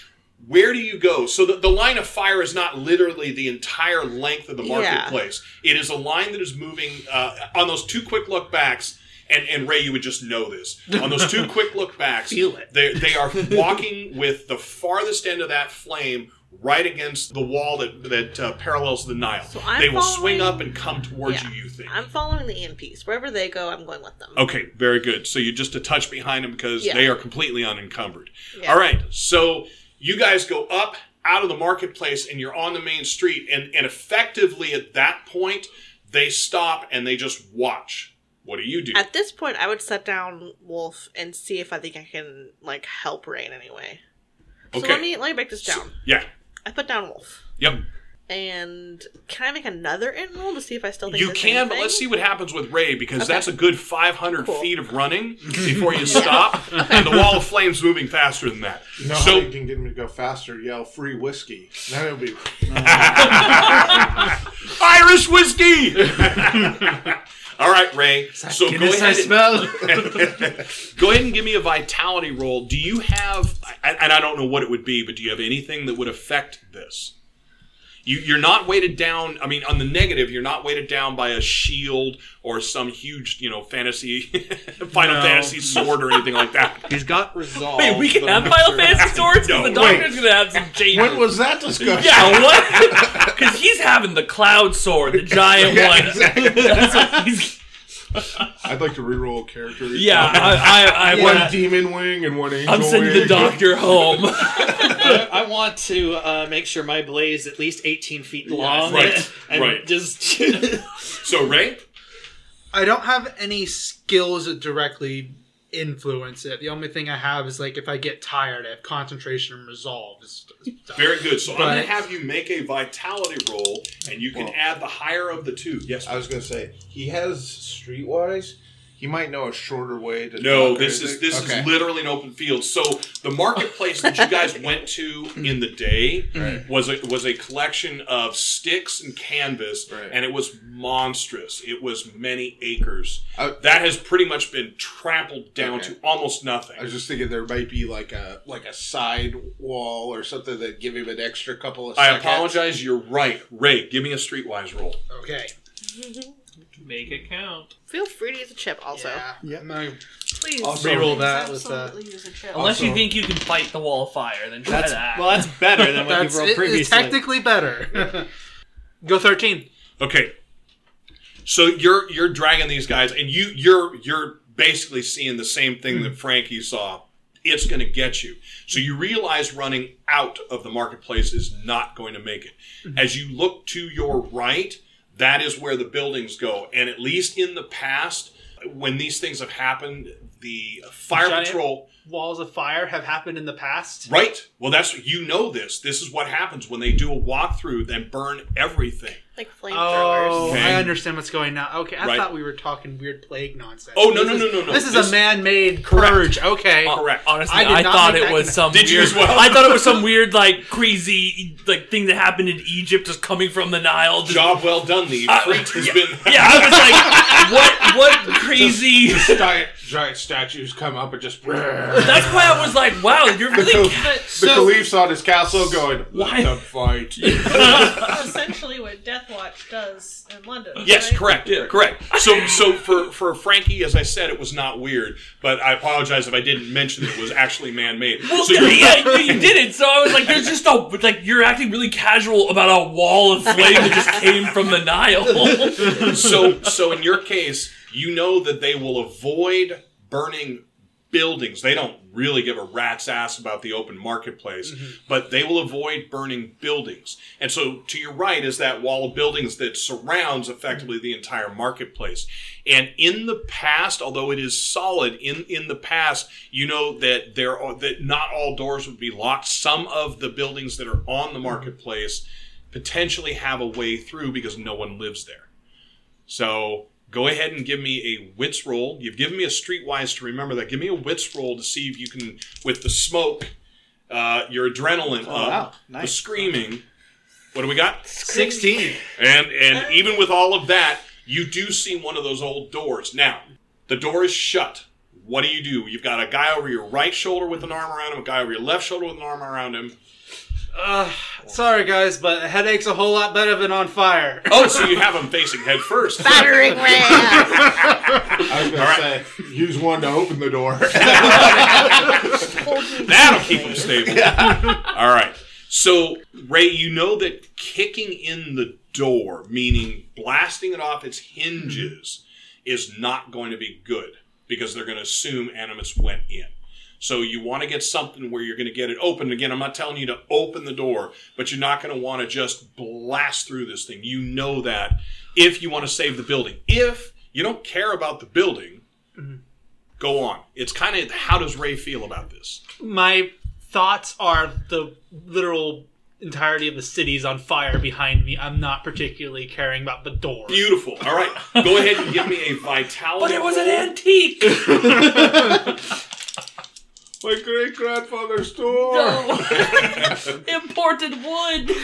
Speaker 1: Where do you go? So the, the line of fire is not literally the entire length of the
Speaker 3: Yeah.
Speaker 1: marketplace. It is a line that is moving uh, on those two quick look backs. And, and Ray, you would just know this. On those two quick look backs,
Speaker 7: Feel it.
Speaker 1: They, they are walking with the farthest end of that flame right against the wall that, that uh, parallels the Nile.
Speaker 3: So I'm
Speaker 1: they will swing
Speaker 3: following-
Speaker 1: up and come towards
Speaker 3: Yeah.
Speaker 1: you, you think.
Speaker 3: I'm following the EMPs wherever they go. I'm going with them.
Speaker 1: Okay, very good. So you're just a touch behind them because
Speaker 3: Yeah.
Speaker 1: they are completely unencumbered.
Speaker 3: Yeah.
Speaker 1: All right, so you guys go up out of the marketplace and you're on the main street, and, and effectively at that point, they stop and they just watch. What do you do?
Speaker 3: At this point, I would set down Wolf and see if I think I can like help Ray in any way. So
Speaker 1: Okay.
Speaker 3: let me let me break this down.
Speaker 1: yeah,
Speaker 3: I put down Wolf,
Speaker 1: yep.
Speaker 3: and can I make another int roll to see if I still think
Speaker 1: You
Speaker 3: the same
Speaker 1: can, but let's see
Speaker 3: thing?
Speaker 1: what happens with Ray because
Speaker 3: Okay.
Speaker 1: that's a good 500
Speaker 3: Cool.
Speaker 1: feet of running before you stop, and the wall of flame's moving faster than that.
Speaker 6: You know how
Speaker 1: so
Speaker 6: you can get him to go faster? Yell free whiskey. Then it'll be
Speaker 1: Irish whiskey. All right, Ray. So go
Speaker 7: Goodness, I
Speaker 1: ahead. and-
Speaker 7: smell.
Speaker 1: Go ahead and give me a vitality roll. Do you have, I- and I don't know what it would be, but do you have anything that would affect this? You, you're not weighted down. I mean, on the negative, you're not weighted down by a shield or some huge, you know, fantasy, Final
Speaker 7: No.
Speaker 1: Fantasy sword or anything like that.
Speaker 7: He's got.
Speaker 6: resolved.
Speaker 2: Wait, we can
Speaker 6: but
Speaker 2: have
Speaker 6: I'm
Speaker 2: Final
Speaker 6: sure-
Speaker 2: Fantasy swords
Speaker 1: No,
Speaker 2: because the
Speaker 1: wait.
Speaker 2: doctor's gonna have some changes.
Speaker 6: When was that discussion?
Speaker 2: Yeah, what? Because he's having the cloud sword, the giant
Speaker 6: Yeah,
Speaker 2: one.
Speaker 6: exactly.
Speaker 2: That's what he's-
Speaker 6: I'd like to reroll character.
Speaker 2: yeah, I, I, I
Speaker 6: one
Speaker 2: want.
Speaker 6: demon wing and one angel
Speaker 2: I'm sending the
Speaker 6: wing.
Speaker 2: doctor home.
Speaker 7: I, I want to uh, make sure my blade's at least 18 feet long.
Speaker 1: right,
Speaker 7: and
Speaker 1: right.
Speaker 7: Just
Speaker 1: So, Ray?
Speaker 8: I don't have any skills that directly influence it. The only thing I have is like if I get tired, I have concentration and resolve. It's- it's-
Speaker 1: Very good. So, I'm going
Speaker 8: Right.
Speaker 1: to have you make a vitality roll, and you can
Speaker 6: Well-
Speaker 1: add the higher of the two. Yes,
Speaker 6: I was gonna say he has streetwise. He might know a shorter way to.
Speaker 1: No,
Speaker 6: doctor
Speaker 1: this is
Speaker 6: it?
Speaker 1: this
Speaker 6: Okay.
Speaker 1: is literally an open field. So the marketplace that you guys went to in the day
Speaker 6: Mm-hmm. Right.
Speaker 1: was a was a collection of sticks and canvas,
Speaker 6: Right.
Speaker 1: and it was monstrous. It was many acres.
Speaker 6: I-
Speaker 1: that has pretty much been trampled down
Speaker 6: Okay.
Speaker 1: to almost nothing.
Speaker 6: I was just thinking there might be like a like a side wall or something that give him an extra couple of.
Speaker 1: I
Speaker 6: seconds.
Speaker 1: apologize. You're right, Ray. Give me a streetwise roll.
Speaker 8: Okay.
Speaker 2: Make it count.
Speaker 3: Feel free to use a chip also.
Speaker 8: Yeah. My
Speaker 5: Please.
Speaker 6: Also-
Speaker 8: reroll
Speaker 5: please
Speaker 8: that with uh,
Speaker 5: absolutely use a chip.
Speaker 2: Unless you
Speaker 6: Also-
Speaker 2: think you can fight the wall of fire, then try
Speaker 9: That's
Speaker 2: that.
Speaker 9: well, that's better than what
Speaker 8: That's
Speaker 9: you rolled
Speaker 8: it- it's
Speaker 9: previously.
Speaker 8: technically better. Go thirteen.
Speaker 1: Okay. So you're you're dragging these guys, and you you're you're basically seeing the same thing that Frankie saw. It's going to get you. So you realize running out of the marketplace is not going to make it. As you look to your right, that is where the buildings go, and at least in the past, when these things have happened, the fire
Speaker 7: Giant-
Speaker 1: patrol.
Speaker 7: Walls of fire have happened in the past.
Speaker 1: Right. Well, that's you know this. This is what happens when they do a walkthrough. They burn everything.
Speaker 3: Like flamethrowers.
Speaker 8: Oh,
Speaker 1: Okay.
Speaker 8: I understand what's going on. Okay, I
Speaker 1: Right.
Speaker 8: thought we were talking weird plague nonsense.
Speaker 1: Oh, no,
Speaker 8: This
Speaker 1: no,
Speaker 8: is-
Speaker 1: no, no, no.
Speaker 8: This is
Speaker 1: This-
Speaker 8: a man-made
Speaker 1: Correct.
Speaker 8: purge. Okay,
Speaker 1: Uh, Correct.
Speaker 2: Honestly,
Speaker 8: I did
Speaker 2: I,
Speaker 8: not
Speaker 2: thought
Speaker 8: make
Speaker 2: it
Speaker 8: that
Speaker 2: was
Speaker 8: connection.
Speaker 2: some
Speaker 1: Did you
Speaker 2: weird.
Speaker 1: as well?
Speaker 2: I thought it was some weird like crazy like thing that happened in Egypt, just coming from the Nile. Just,
Speaker 1: Job well done. The
Speaker 2: I-
Speaker 1: freak has
Speaker 2: yeah,
Speaker 1: been.
Speaker 2: yeah, I was like, what? What crazy?
Speaker 6: Just giant, giant statues come up and just. the
Speaker 2: That's why I was like, wow, you're really. ca-
Speaker 6: caliph's on his castle going.
Speaker 2: Why-
Speaker 6: Let them fight.
Speaker 5: essentially what Death Watch does in London.
Speaker 1: Yes,
Speaker 5: right?
Speaker 1: correct, correct. So, so for for Frankie, as I said, it was not weird, but I apologize if I didn't mention that it was actually man made.
Speaker 2: Well,
Speaker 1: so you're-
Speaker 2: yeah, yeah, you did it. So I was like, there's just a like you're acting really casual about a wall of flame that just came from the Nile.
Speaker 1: so so in your case, you know that they will avoid burning buildings. They don't really give a rat's ass about the open marketplace, but they will avoid burning buildings. And so to your right is that wall of buildings that surrounds effectively the entire marketplace. And in the past, although it is solid in in the past, you know that there are that not all doors would be locked. Some of the buildings that are on the marketplace potentially have a way through because no one lives there. So go ahead and give me a wits roll. You've given me a streetwise to remember that. Give me a wits roll to see if you can, with the smoke, uh, your adrenaline
Speaker 9: Oh,
Speaker 1: up,
Speaker 9: wow.
Speaker 1: the
Speaker 9: Nice.
Speaker 1: screaming. What do we got?
Speaker 8: sixteen.
Speaker 1: And and even with all of that, you do see one of those old doors. Now the door is shut. What do you do? You've got a guy over your right shoulder with an arm around him, a guy over your left shoulder with an arm around him.
Speaker 8: Uh, sorry guys, but a headache's a whole lot better than on fire.
Speaker 1: Oh, so you have him facing head first.
Speaker 3: Battering ram.
Speaker 6: I was gonna
Speaker 1: Alright.
Speaker 6: say, use one to open the door.
Speaker 1: That'll keep them stable. All right. So, Ray, you know that kicking in the door, meaning blasting it off its hinges, is not going to be good because they're going to assume animus went in. So, you want to get something where you're going to get it open. Again, I'm not telling you to open the door, but you're not going to want to just blast through this thing. You know that if you want to save the building. If you don't care about the building, go on. It's kind of how does Ray feel about this?
Speaker 7: My thoughts are the literal entirety of the city's on fire behind me. I'm not particularly caring about the door.
Speaker 1: Beautiful. All right, go ahead and give me a vitality.
Speaker 2: But it was an
Speaker 1: roll.
Speaker 2: antique.
Speaker 6: My great grandfather's door.
Speaker 5: Oh.
Speaker 2: Imported wood.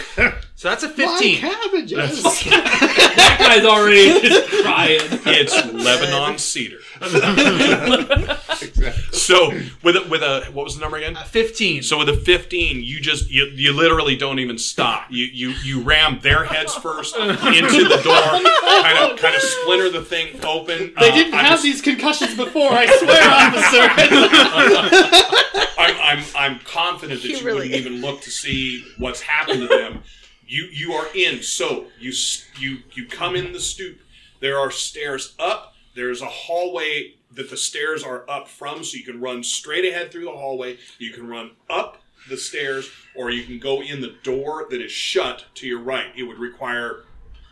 Speaker 8: So that's a fifteen.
Speaker 6: cabbages.
Speaker 2: That guy's already just crying.
Speaker 1: It's Lebanon cedar.
Speaker 6: exactly.
Speaker 1: So with a, with a what was the number again?
Speaker 8: A fifteen.
Speaker 1: So with a fifteen, you just you, you literally don't even stop. You you you ram their heads first into the door, kind of kind of splinter the thing open.
Speaker 9: They
Speaker 1: Uh,
Speaker 9: didn't
Speaker 1: I'm
Speaker 9: have
Speaker 1: just-
Speaker 9: these concussions before, I swear, officer.
Speaker 1: I'm, I'm, I'm confident that
Speaker 3: He
Speaker 1: you
Speaker 3: really
Speaker 1: wouldn't even look to see what's happened to them. You you are in. So you s- you you come in the stoop. There are stairs up. There's a hallway that the stairs are up from, so you can run straight ahead through the hallway. You can run up the stairs, or you can go in the door that is shut to your right. It would require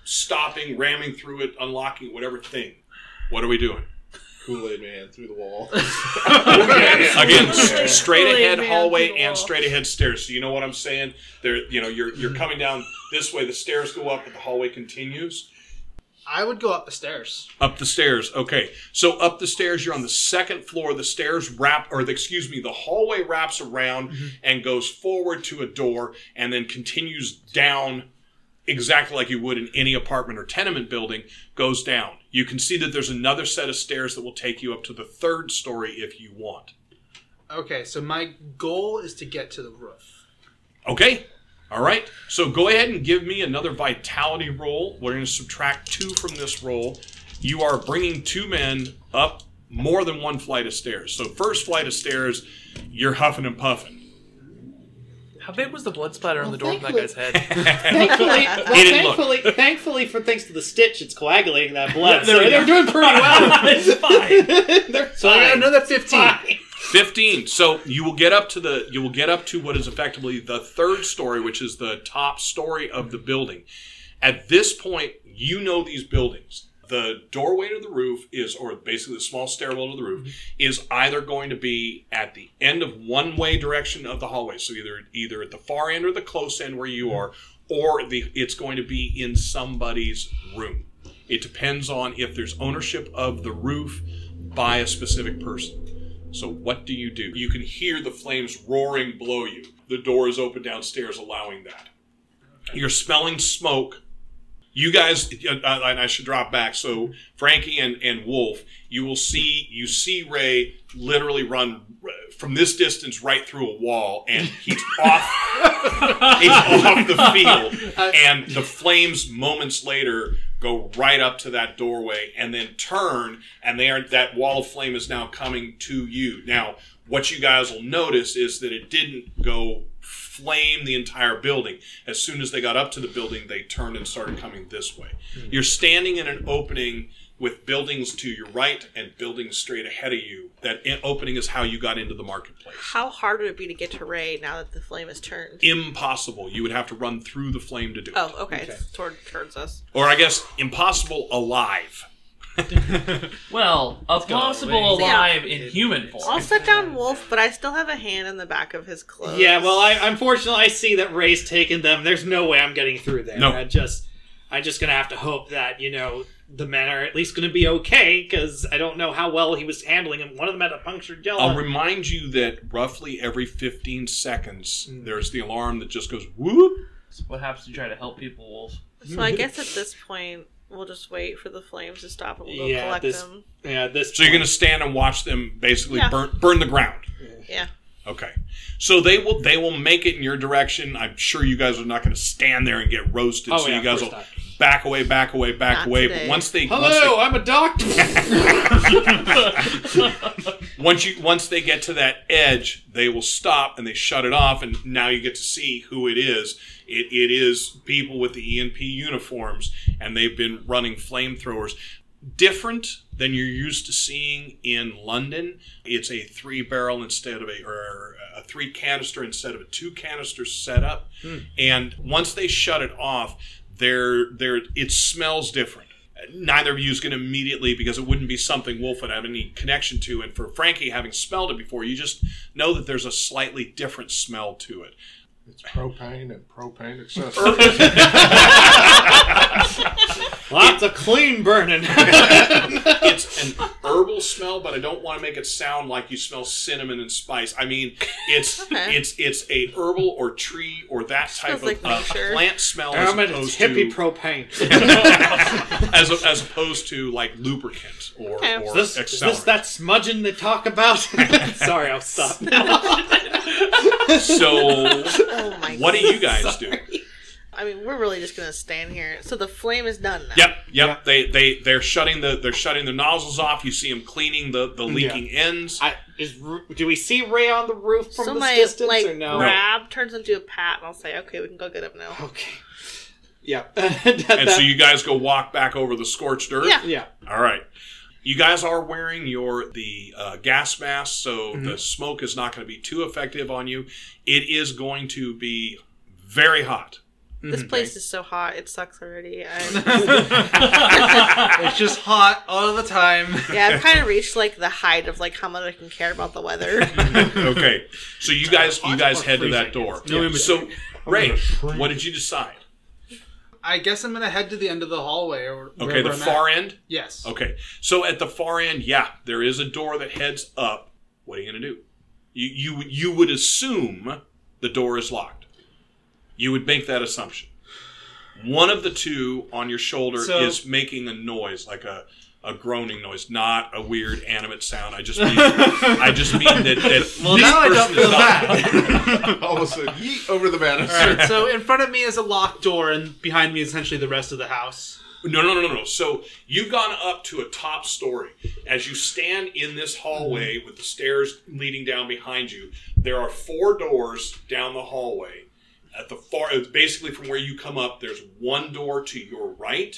Speaker 1: stopping, ramming through it, unlocking whatever thing. What are we doing?
Speaker 6: Kool Aid Man through the wall.
Speaker 1: Again, s- straight
Speaker 5: Totally
Speaker 1: ahead
Speaker 5: ran
Speaker 1: hallway
Speaker 5: through the
Speaker 1: and
Speaker 5: wall.
Speaker 1: straight ahead stairs. So you know what I'm saying? There, you know, you're you're coming down this way. The stairs go up, but the hallway continues.
Speaker 8: I would go up the stairs.
Speaker 1: Up the stairs. Okay. So up the stairs, you're on the second floor. The stairs wrap, or the, excuse me, the hallway wraps around
Speaker 8: Mm-hmm.
Speaker 1: and goes forward to a door and then continues down exactly like you would in any apartment or tenement building, goes down. You can see that there's another set of stairs that will take you up to the third story if you want.
Speaker 8: Okay, so my goal is to get to the roof.
Speaker 1: Okay. All right. So go ahead and give me another vitality roll. We're going to subtract two from this roll. You are bringing two men up more than one flight of stairs. So first flight of stairs, you're huffing and puffing.
Speaker 2: How big was the blood splatter on the door
Speaker 9: Well,
Speaker 2: from that guy's head?
Speaker 9: Thankfully, well,
Speaker 1: He didn't look.
Speaker 9: thankfully, thankfully, for thanks to the stitch, it's coagulating that blood.
Speaker 2: There
Speaker 9: so
Speaker 2: we
Speaker 9: they're
Speaker 2: go.
Speaker 9: doing pretty
Speaker 2: it's
Speaker 9: well.
Speaker 2: fine.
Speaker 9: they're
Speaker 8: So I got
Speaker 9: fine.
Speaker 8: another 15.
Speaker 9: Fine.
Speaker 1: 15. So you will get up to the you will get up to what is effectively the third story, which is the top story of the building. At this point, you know these buildings. The doorway to the roof is, or basically the small stairwell to the roof, is either going to be at the end of one way direction of the hallway, so either either at the far end or the close end where you are, or the it's going to be in somebody's room. It depends on if there's ownership of the roof by a specific person. So what do you do? You can hear the flames roaring below you. The door is open downstairs, allowing that. You're smelling smoke. You guys, uh, uh, and I should drop back. So Frankie and and Wolf, you will see you see Ray literally run r- from this distance right through a wall, and he's off. he's off the field, and the flames moments later go right up to that doorway and then turn, and they are that wall of flame is now coming to you. Now, what you guys will notice is that it didn't go flame the entire building. As soon as they got up to the building, they turned and started coming this way. You're standing in an opening with buildings to your right and buildings straight ahead of you. That in- opening is how you got into the marketplace.
Speaker 3: How hard would it be to get to Ray now that the flame is turned?
Speaker 1: Impossible. You would have to run through the flame to do it.
Speaker 3: Oh, okay. It's toward, towards us.
Speaker 1: Or I guess impossible alive.
Speaker 2: Well, a possible
Speaker 3: Yeah.
Speaker 2: alive in human form.
Speaker 3: I'll set down Wolf, but I still have a hand in the back of his clothes.
Speaker 9: Yeah, well, I, unfortunately, I see that Ray's taking them. There's no way I'm getting through there.
Speaker 1: No.
Speaker 9: I just, I'm just gonna have to hope that you know the men are at least gonna be okay because I don't know how well he was handling them. One of them had a punctured
Speaker 1: I'll
Speaker 9: jaw.
Speaker 1: remind you that roughly every 15 seconds,
Speaker 9: Hmm.
Speaker 1: there's the alarm that just goes whoop.
Speaker 2: What happens to try to help people, Wolf?
Speaker 3: so I guess at this point, we'll just wait for the flames to stop and we'll go
Speaker 9: Yeah,
Speaker 3: collect
Speaker 9: this-
Speaker 3: them.
Speaker 9: yeah, this.
Speaker 1: So you're going to stand and watch them basically
Speaker 3: Yeah.
Speaker 1: burn, burn the ground.
Speaker 3: Yeah.
Speaker 1: Okay. So they will they will make it in your direction. I'm sure you guys are not going to stand there and get roasted.
Speaker 9: Oh,
Speaker 1: so
Speaker 9: yeah,
Speaker 1: you guys
Speaker 9: of
Speaker 1: will
Speaker 9: course
Speaker 1: back away, back away, back
Speaker 3: Not
Speaker 1: away.
Speaker 3: today.
Speaker 1: But once they once they
Speaker 9: Hello, I'm a doctor.
Speaker 1: Once you once they get to that edge, they will stop and they shut it off, and now you get to see who it is. It, it is people with the ENP uniforms, and they've been running flamethrowers. Different than you're used to seeing in London. It's a three barrel instead of a or a three canister instead of a two canister setup. And once they shut it off, there there it smells different neither of you is going to immediately because it wouldn't be something Wolf would have any connection to. And for Frankie, having smelled it before, you just know that there's a slightly different smell to it.
Speaker 6: It's propane and propane accessories.
Speaker 9: Lots of clean burning.
Speaker 1: It's an herbal smell, but I don't want to make it sound like you smell cinnamon and spice. I mean, it's
Speaker 3: Okay.
Speaker 1: it's it's a herbal or tree or that type
Speaker 3: Smells
Speaker 1: of
Speaker 3: like
Speaker 1: uh,
Speaker 3: nature.
Speaker 1: plant smell as
Speaker 9: I'm a
Speaker 1: opposed
Speaker 9: hippie
Speaker 1: to
Speaker 9: propane.
Speaker 1: as, as opposed to like lubricant or
Speaker 3: Okay.
Speaker 1: or
Speaker 9: Is this, is this
Speaker 1: accelerant.
Speaker 9: that smudging they talk about? Sorry, I'll stop.
Speaker 1: So,
Speaker 3: Oh my
Speaker 1: what do you guys do?
Speaker 3: I mean, we're really just going to stand here. So the flame is done now.
Speaker 1: Yep, yep. They they they're shutting the they're shutting the nozzles off. You see them cleaning the the leaking ends.
Speaker 9: I, is, Ru- do we see Ray on the roof from
Speaker 3: so
Speaker 9: this
Speaker 3: my
Speaker 9: distance
Speaker 3: like
Speaker 9: or no?
Speaker 3: grab turns into a pat, and I'll say, "Okay, we can go get him now."
Speaker 9: Okay. Yeah. That-
Speaker 1: and so
Speaker 9: that-
Speaker 1: you guys go walk back over the scorched earth.
Speaker 3: Yeah.
Speaker 9: yeah.
Speaker 1: All right. You guys are wearing your the uh, gas mask, so
Speaker 8: Mm-hmm.
Speaker 1: the smoke is not going to be too effective on you. It is going to be very hot.
Speaker 3: This place is so hot; it sucks already. I'm,
Speaker 8: it's just hot all the time.
Speaker 3: yeah, I've kind of reached like the height of like how much I can care about the weather.
Speaker 1: okay. So you guys you guys
Speaker 8: or
Speaker 1: head to that
Speaker 8: freezing.
Speaker 1: door.
Speaker 8: No in between.
Speaker 1: so Ray,
Speaker 6: gonna freeze.
Speaker 1: what did you decide?
Speaker 8: I guess I'm gonna head to the end of the hallway or
Speaker 1: Okay,
Speaker 8: wherever
Speaker 1: the
Speaker 8: I'm at.
Speaker 1: far end.
Speaker 8: Yes.
Speaker 1: Okay. So at the far end, yeah, there is a door that heads up. What are you going to do? You, you you would assume the door is locked. You would make that assumption. One of the two on your shoulder
Speaker 7: So-
Speaker 1: is making a noise, like a, a groaning noise, not a weird animate sound. I just mean I just mean that, that
Speaker 7: Well,
Speaker 1: this
Speaker 7: now I
Speaker 1: person
Speaker 7: don't feel
Speaker 1: is not-
Speaker 6: All of a sudden, yeet over the banister.
Speaker 7: All right, so in front of me is a locked door, and behind me is essentially the rest of the house.
Speaker 1: No, no, no, no, no. So you've gone up to a top story. As you stand in this hallway
Speaker 3: Mm-hmm.
Speaker 1: with the stairs leading down behind you, there are four doors down the hallway. At the far, it's basically from where you come up, there's one door to your right.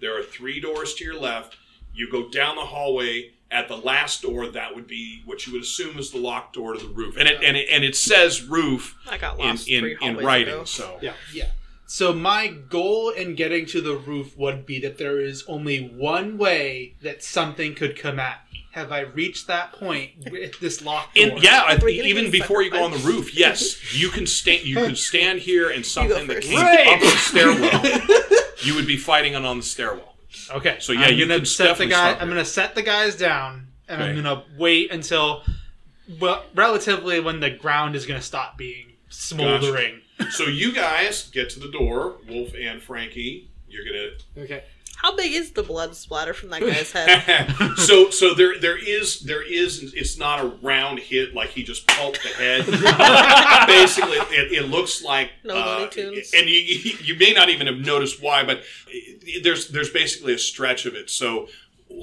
Speaker 1: There are three doors to your left. You go down the hallway. At the last door, that would be what you would assume is the locked door to the roof, and it and it, and it says roof
Speaker 3: I got
Speaker 1: in
Speaker 3: lost three
Speaker 1: in, in
Speaker 3: hallways
Speaker 1: writing.
Speaker 3: ago.
Speaker 1: So
Speaker 8: Yeah.
Speaker 7: Yeah.
Speaker 8: So my goal in getting to the roof would be that there is only one way that something could come at me. Have I reached that point with this locked door?
Speaker 1: In, yeah, I
Speaker 3: Are we
Speaker 1: think
Speaker 3: gonna
Speaker 1: even
Speaker 3: get
Speaker 1: before you go on the
Speaker 3: sacrificed?
Speaker 1: roof, yes, you can stand. You could stand here, and something that
Speaker 3: first.
Speaker 1: came
Speaker 9: Right.
Speaker 1: up the stairwell, you would be fighting it on the stairwell.
Speaker 8: Okay.
Speaker 1: So, yeah,
Speaker 8: I'm
Speaker 1: you
Speaker 8: gonna
Speaker 1: could
Speaker 8: set the
Speaker 1: definitely
Speaker 8: guy.
Speaker 1: stop
Speaker 8: I'm
Speaker 1: it.
Speaker 8: gonna set the guys down, and I'm
Speaker 1: Okay.
Speaker 8: gonna wait until, well, relatively when the ground is gonna stop being smoldering.
Speaker 1: So you guys get to the door, Wolf and Frankie. You're gonna.
Speaker 4: Okay.
Speaker 3: How big is the blood splatter from that guy's head?
Speaker 1: so so there there is there is it's not a round hit like he just pulped the head. Basically, it, it looks like uh,
Speaker 3: No Looney Tunes.
Speaker 1: and you you may not even have noticed why, but it- it- there's there's basically a stretch of it. So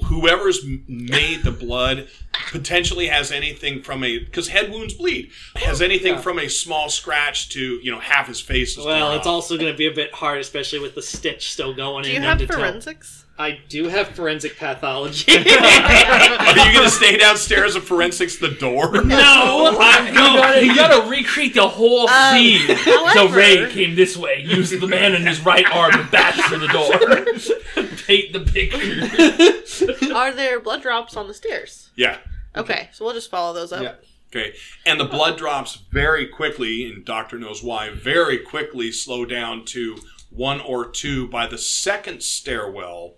Speaker 1: whoever's m- made the blood potentially has anything from a because head wounds bleed has
Speaker 9: Oh,
Speaker 1: anything from a small scratch to you know half his face. Is
Speaker 9: Well,
Speaker 1: torn
Speaker 9: it's
Speaker 1: off.
Speaker 9: also going to be a bit hard, especially with the stitch still going
Speaker 3: Do
Speaker 9: in.
Speaker 3: you
Speaker 9: and
Speaker 3: have
Speaker 9: to tell-
Speaker 3: forensics?
Speaker 9: I do have forensic pathology.
Speaker 1: Are you going to stay downstairs and forensics the door?
Speaker 9: no, I'm
Speaker 2: You
Speaker 9: going.
Speaker 2: gotta, you gotta recreate the whole
Speaker 3: Um,
Speaker 2: scene.
Speaker 3: however-
Speaker 2: so Ray came this way, used the man in his right arm and bashed through the door. Paint the picture.
Speaker 3: Are there blood drops on the stairs?
Speaker 1: Yeah.
Speaker 3: Okay, so we'll just follow those up.
Speaker 6: Yeah.
Speaker 1: Okay. And the blood drops very quickly, and Doctor knows why, very quickly slow down to one or two by the second stairwell.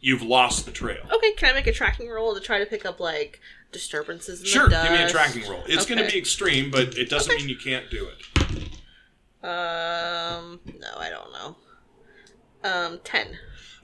Speaker 1: You've lost the trail.
Speaker 3: Okay, can I make a tracking roll to try to pick up like disturbances in
Speaker 1: Sure,
Speaker 3: the
Speaker 1: give me a
Speaker 3: dust?
Speaker 1: tracking roll. It's going to
Speaker 3: Okay.
Speaker 1: be extreme, but it doesn't mean you can't do it.
Speaker 3: Um, no, I don't know. Um, ten.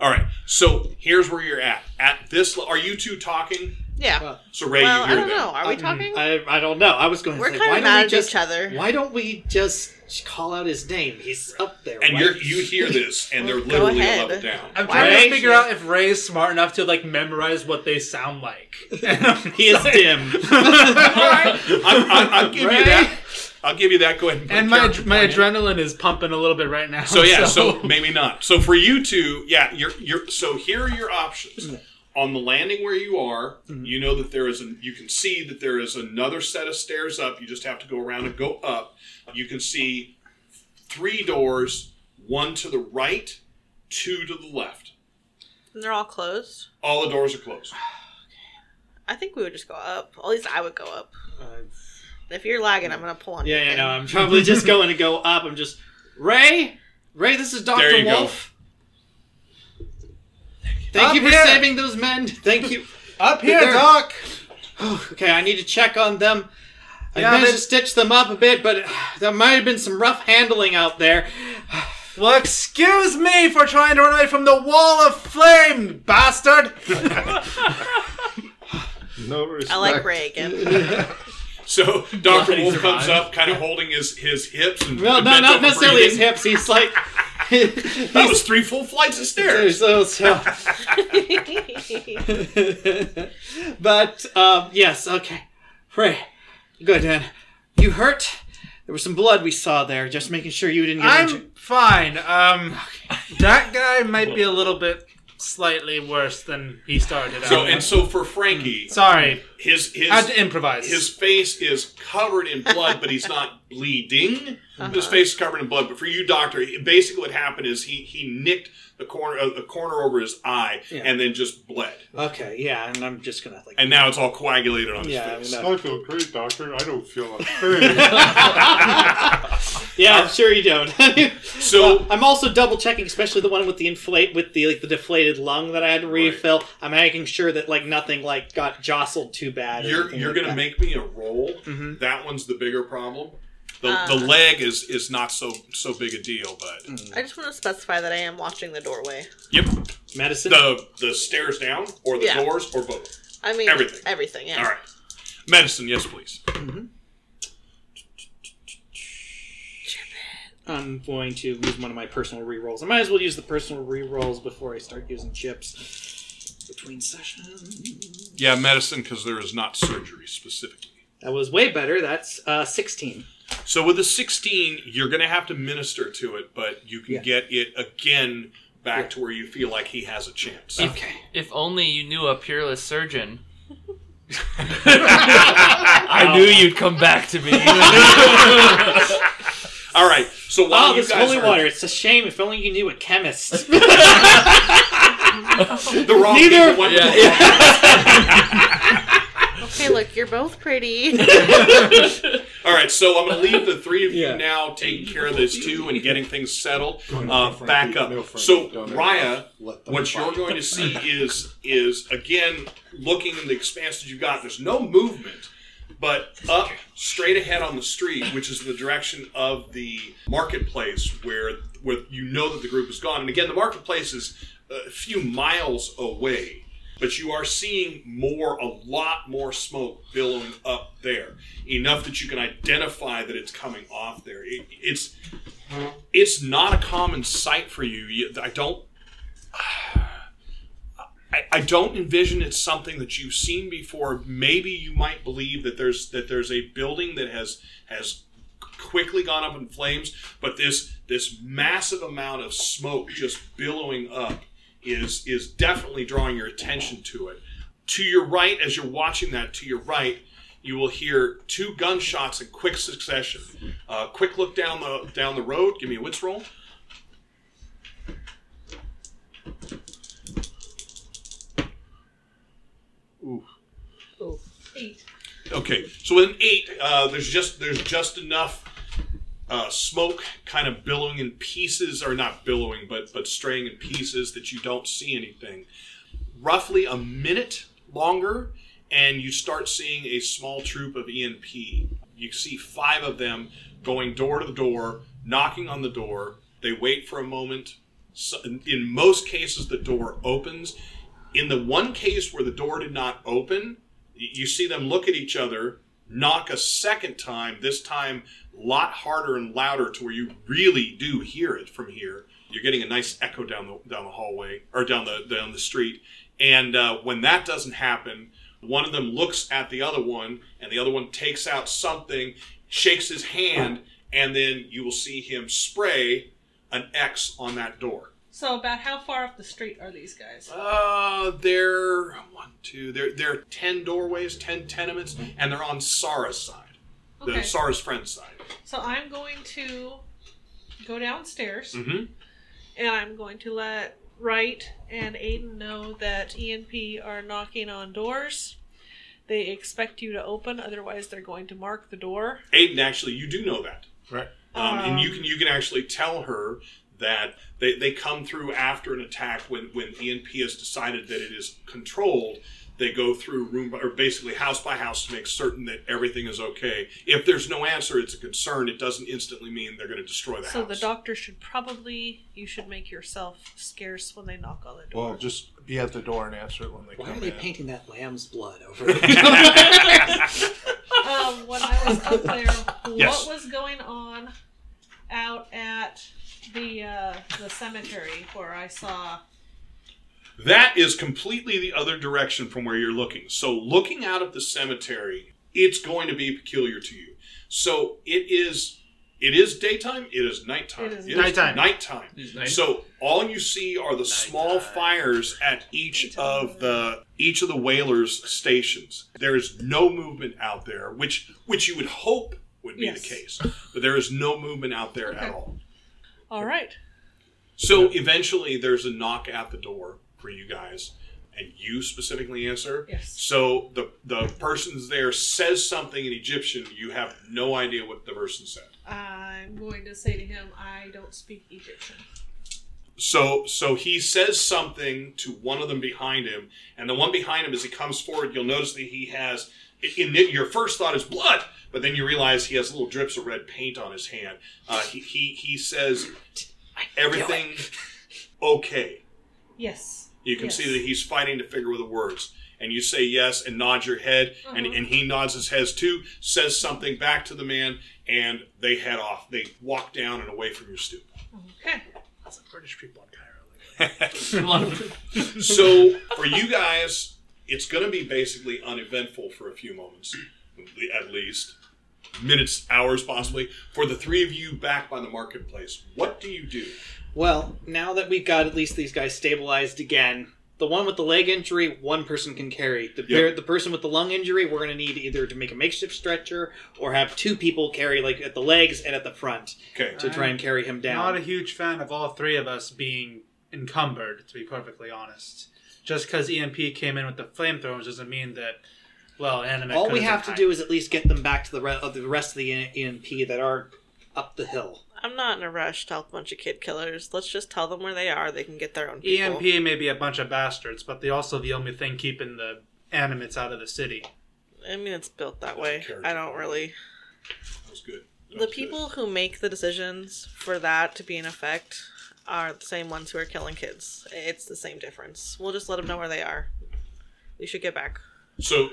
Speaker 1: All right. So here's where you're at. At this, le- are you two talking?
Speaker 3: Yeah.
Speaker 9: Well,
Speaker 1: So Ray,
Speaker 3: well,
Speaker 1: you
Speaker 3: I
Speaker 1: hear
Speaker 3: don't
Speaker 1: that?
Speaker 3: know. Are we
Speaker 9: Mm,
Speaker 3: talking?
Speaker 9: I, I don't know. I was going to
Speaker 3: We're
Speaker 9: say,
Speaker 3: kind
Speaker 9: why
Speaker 3: of
Speaker 9: don't
Speaker 3: mad
Speaker 9: we
Speaker 3: at
Speaker 9: just,
Speaker 3: each other.
Speaker 9: Why don't we just call out his name? He's up there.
Speaker 1: And
Speaker 9: right?
Speaker 1: you're, you hear this, and they're
Speaker 3: Well, go
Speaker 1: literally a
Speaker 3: ahead.
Speaker 1: level down.
Speaker 8: I'm
Speaker 3: Why
Speaker 8: trying
Speaker 9: don't
Speaker 8: to figure out if Ray is smart enough to like memorize what they sound like.
Speaker 9: he is dim.
Speaker 1: I'm, I'm, I'll give you that. I'll give you that. Go ahead and, put
Speaker 8: and
Speaker 1: a
Speaker 8: my
Speaker 1: character
Speaker 8: my
Speaker 1: point in.
Speaker 8: adrenaline is pumping a little bit right now.
Speaker 1: So yeah, so maybe not. So for you two, yeah, you're you're. So here are your options. On the landing where you are,
Speaker 9: Mm-hmm.
Speaker 1: you know that there is an. You can see that there is another set of stairs up. You just have to go around and go up. You can see three doors: one to the right, two to the left.
Speaker 3: And they're all closed.
Speaker 1: All the doors are closed.
Speaker 3: I think we would just go up. At least I would go up. If you're lagging, I'm gonna pull on.
Speaker 9: yeah,
Speaker 3: you
Speaker 9: yeah, no.
Speaker 3: again.
Speaker 9: I'm probably just going to go up. I'm just Ray. Ray, this is
Speaker 1: There you
Speaker 9: Doctor
Speaker 1: go.
Speaker 9: Wolf. Thank
Speaker 8: Up
Speaker 9: you for
Speaker 8: here.
Speaker 9: saving those men. Thank you.
Speaker 8: up here,
Speaker 9: There-
Speaker 8: Doc.
Speaker 9: Okay, I need to check on them. I
Speaker 8: Yeah,
Speaker 9: managed
Speaker 8: but-
Speaker 9: to stitch them up a bit, but there might have been some rough handling out there.
Speaker 8: Well, excuse me for trying to run away from the wall of flame, you bastard.
Speaker 6: No respect.
Speaker 3: I like Ray again.
Speaker 1: So Doctor
Speaker 2: he
Speaker 1: Wolf comes
Speaker 2: survived.
Speaker 1: up, kind of holding his his hips. And
Speaker 9: Well, no,
Speaker 1: bent
Speaker 9: not
Speaker 1: over
Speaker 9: necessarily his
Speaker 1: breathing.
Speaker 9: hips. He's like.
Speaker 1: That was three full flights of stairs.
Speaker 9: so, so. but um, yes, okay. Ray, good man. You hurt? There was some blood we saw there. Just making sure you didn't get injured.
Speaker 8: I'm fine. Um, that guy might be a little bit slightly worse than he started.
Speaker 1: So
Speaker 8: out.
Speaker 1: and so for
Speaker 9: Mm.
Speaker 1: Frankie,
Speaker 8: sorry,
Speaker 1: his his
Speaker 8: I had to improvise.
Speaker 1: his face is covered in blood, but he's not bleeding.
Speaker 9: Uh-huh.
Speaker 1: His face is covered in blood. But for you, doctor, basically what happened is he he nicked the corner uh, the corner over his eye and then just bled,
Speaker 9: Okay, yeah, and I'm just gonna like.
Speaker 1: and now it's all coagulated on his
Speaker 9: yeah, I'm
Speaker 1: face.
Speaker 9: gonna-
Speaker 6: I feel great, doctor. I don't feel a thing.
Speaker 9: Yeah, I'm sure you don't.
Speaker 1: So-
Speaker 9: Uh, I'm also double checking, especially the one with the inflate with the like the deflated lung that I had to refill. I'm making sure that like nothing like got jostled too bad. or
Speaker 1: You're
Speaker 9: anything
Speaker 1: you're
Speaker 9: like
Speaker 1: gonna
Speaker 9: that. Mm-hmm.
Speaker 1: make me a roll. That one's the bigger problem. The,
Speaker 9: Uh.
Speaker 1: the leg is is not so so big a deal, but
Speaker 9: Mm.
Speaker 3: I just want to specify that I am watching the doorway.
Speaker 1: yep.
Speaker 9: medicine.
Speaker 1: The the stairs down or the
Speaker 3: Yeah.
Speaker 1: doors or both.
Speaker 3: I mean,
Speaker 1: Everything.
Speaker 3: Everything, yeah.
Speaker 1: All right, medicine. Yes, please.
Speaker 9: I'm going to use one of my personal rerolls. I might as well use the personal rerolls before I start using chips between sessions.
Speaker 1: Yeah, medicine because there is not surgery specifically.
Speaker 9: That was way better. That's uh, 16.
Speaker 1: So with a 16, you're going to have to minister to it, but you can
Speaker 9: Yeah.
Speaker 1: get it again back to where you feel like he has a chance.
Speaker 9: Okay.
Speaker 2: If only you knew a peerless surgeon.
Speaker 9: Oh.
Speaker 2: I knew you'd come back to me.
Speaker 1: All right. So while
Speaker 9: Oh,
Speaker 1: you
Speaker 9: this
Speaker 1: guys
Speaker 9: holy
Speaker 1: are
Speaker 9: water. It's a shame. If only you knew a chemist.
Speaker 1: the wrong
Speaker 9: Neither-
Speaker 1: people went
Speaker 2: Yeah.
Speaker 1: with the wrong-
Speaker 3: Okay, look, you're both pretty.
Speaker 1: All right. So I'm going to leave the three of
Speaker 9: Yeah.
Speaker 1: you now taking care of those two and getting things settled uh,
Speaker 6: No, Frankie,
Speaker 1: back up.
Speaker 6: no, Frankie,
Speaker 1: so
Speaker 6: don't
Speaker 1: Raya,
Speaker 6: Let them
Speaker 1: what you're
Speaker 6: fight.
Speaker 1: going to see is is again looking in the expanse that you've got. There's no movement, but up straight ahead on the street, which is the direction of the marketplace where where you know that the group is gone. And again, the marketplace is a few miles away, but you are seeing more, a lot more smoke billowing up there, enough that you can identify that it's coming off there. It, it's it's not a common sight for you. you I don't I, I don't envision it's something that you've seen before. Maybe you might believe that there's that there's a building that has has quickly gone up in flames, but this this massive amount of smoke just billowing up is is definitely drawing your attention to it. To your right, as you're watching that, to your right, you will hear two gunshots in quick succession. Uh, quick look down the down the road. Give me a wits roll.
Speaker 5: Eight.
Speaker 1: Okay, so with an eight, uh, there's just there's just enough uh, smoke kind of billowing in pieces, or not billowing, but but straying in pieces that you don't see anything. Roughly a minute longer, and you start seeing a small troop of ENP. You see five of them going door to door, knocking on the door. They wait for a moment. So, in most cases, the door opens. In the one case where the door did not open, y- you see them look at each other, knock a second time, this time a lot harder and louder to where you really do hear it from here. You're getting a nice echo down the down the hallway or down the down the street. And uh, when that doesn't happen, one of them looks at the other one, and the other one takes out something, shakes his hand, and then you will see him spray an X on that door.
Speaker 5: So about how far up the street are these guys?
Speaker 1: Uh, they're one, two. They're they're ten doorways, ten tenements, and they're on Sara's side, the
Speaker 5: Okay.
Speaker 1: Sara's friend's side.
Speaker 5: So I'm going to go downstairs
Speaker 1: Mm-hmm.
Speaker 5: and I'm going to let Wright and Aiden know that ENP are knocking on doors. They expect you to open, otherwise they're going to mark the door.
Speaker 1: Aiden, actually, you do know that,
Speaker 6: Right.
Speaker 1: Um, and you
Speaker 5: Um,
Speaker 1: can you can actually tell her that they, they come through after an attack when when ENP has decided that it is controlled. They go through room by, or basically house by house to make certain that everything is okay. If there's no answer, it's a concern. It doesn't instantly mean they're going to destroy the
Speaker 5: So
Speaker 1: house.
Speaker 5: the doctor should probably you should make yourself scarce when they knock on the door.
Speaker 6: Well, just be at the door and answer it when they
Speaker 9: Why
Speaker 6: come
Speaker 9: are they
Speaker 6: in.
Speaker 9: painting that lamb's blood over it?
Speaker 5: um, when I was up there,
Speaker 1: Yes.
Speaker 5: what was going on out at the uh, the cemetery where I saw?
Speaker 1: That is completely the other direction from where you're looking. So, looking out at the cemetery, it's going to be peculiar to you. So, it is it is daytime. It is nighttime.
Speaker 5: It is
Speaker 8: nighttime.
Speaker 1: Nighttime. So, all you see are the small
Speaker 7: Nighttime.
Speaker 1: fires at each
Speaker 5: Nighttime.
Speaker 1: of the each of the whalers' stations. There is no movement out there, which which you would hope would be
Speaker 5: Yes.
Speaker 1: the case, but there is no movement out there at
Speaker 5: Okay.
Speaker 1: all.
Speaker 5: All right,
Speaker 1: So eventually, there's a knock at the door for you guys, and you specifically answer.
Speaker 5: Yes.
Speaker 1: So the the person there says something in Egyptian. You have no idea what the person said.
Speaker 5: I'm I'm going to say to him, I don't speak Egyptian.
Speaker 1: So so he says something to one of them behind him, and the one behind him as he comes forward, you'll notice that he has. In it, your first thought is blood, but then you realize he has little drips of red paint on his hand. Uh, he, he he says everything okay.
Speaker 5: Yes.
Speaker 1: You can
Speaker 5: Yes.
Speaker 1: see that he's fighting to figure out the words. And you say yes and nod your head, and,
Speaker 5: Uh-huh.
Speaker 1: and he nods his head too, says something back to the man, and they head off. They walk down and away from your stoop.
Speaker 5: Okay.
Speaker 7: That's a British people in Cairo.
Speaker 1: so for you guys, it's going to be basically uneventful for a few moments, at least minutes, hours, possibly. For the three of you back by the marketplace, what do you do?
Speaker 9: Well, now that we've got at least these guys stabilized again, the one with the leg injury, one person can carry. The
Speaker 1: Yep.
Speaker 9: the person with the lung injury, we're going to need either to make a makeshift stretcher or have two people carry, like at the legs and at the front,
Speaker 1: Okay,
Speaker 9: to try and carry him down.
Speaker 7: Not a huge fan of all three of us being encumbered, to be perfectly honest. Just because EMP came in with the flamethrowers doesn't mean that, well, anime.
Speaker 9: All we have to do is at least get them back to the, re- of the rest of the EMP that are up the hill.
Speaker 3: I'm not in a rush to help a bunch of kid killers. Let's just tell them where they are. They can get their own people.
Speaker 7: EMP E may be a bunch of bastards, but they're also the only thing keeping the animates out of the city.
Speaker 3: I mean, it's built that way.
Speaker 1: Character
Speaker 3: I don't really.
Speaker 1: that was good. That
Speaker 3: The
Speaker 1: was
Speaker 3: people who make the decisions for that to be in effect are the same ones who are killing kids. It's the same difference. We'll just let them know where they are. We should get back.
Speaker 1: good. So,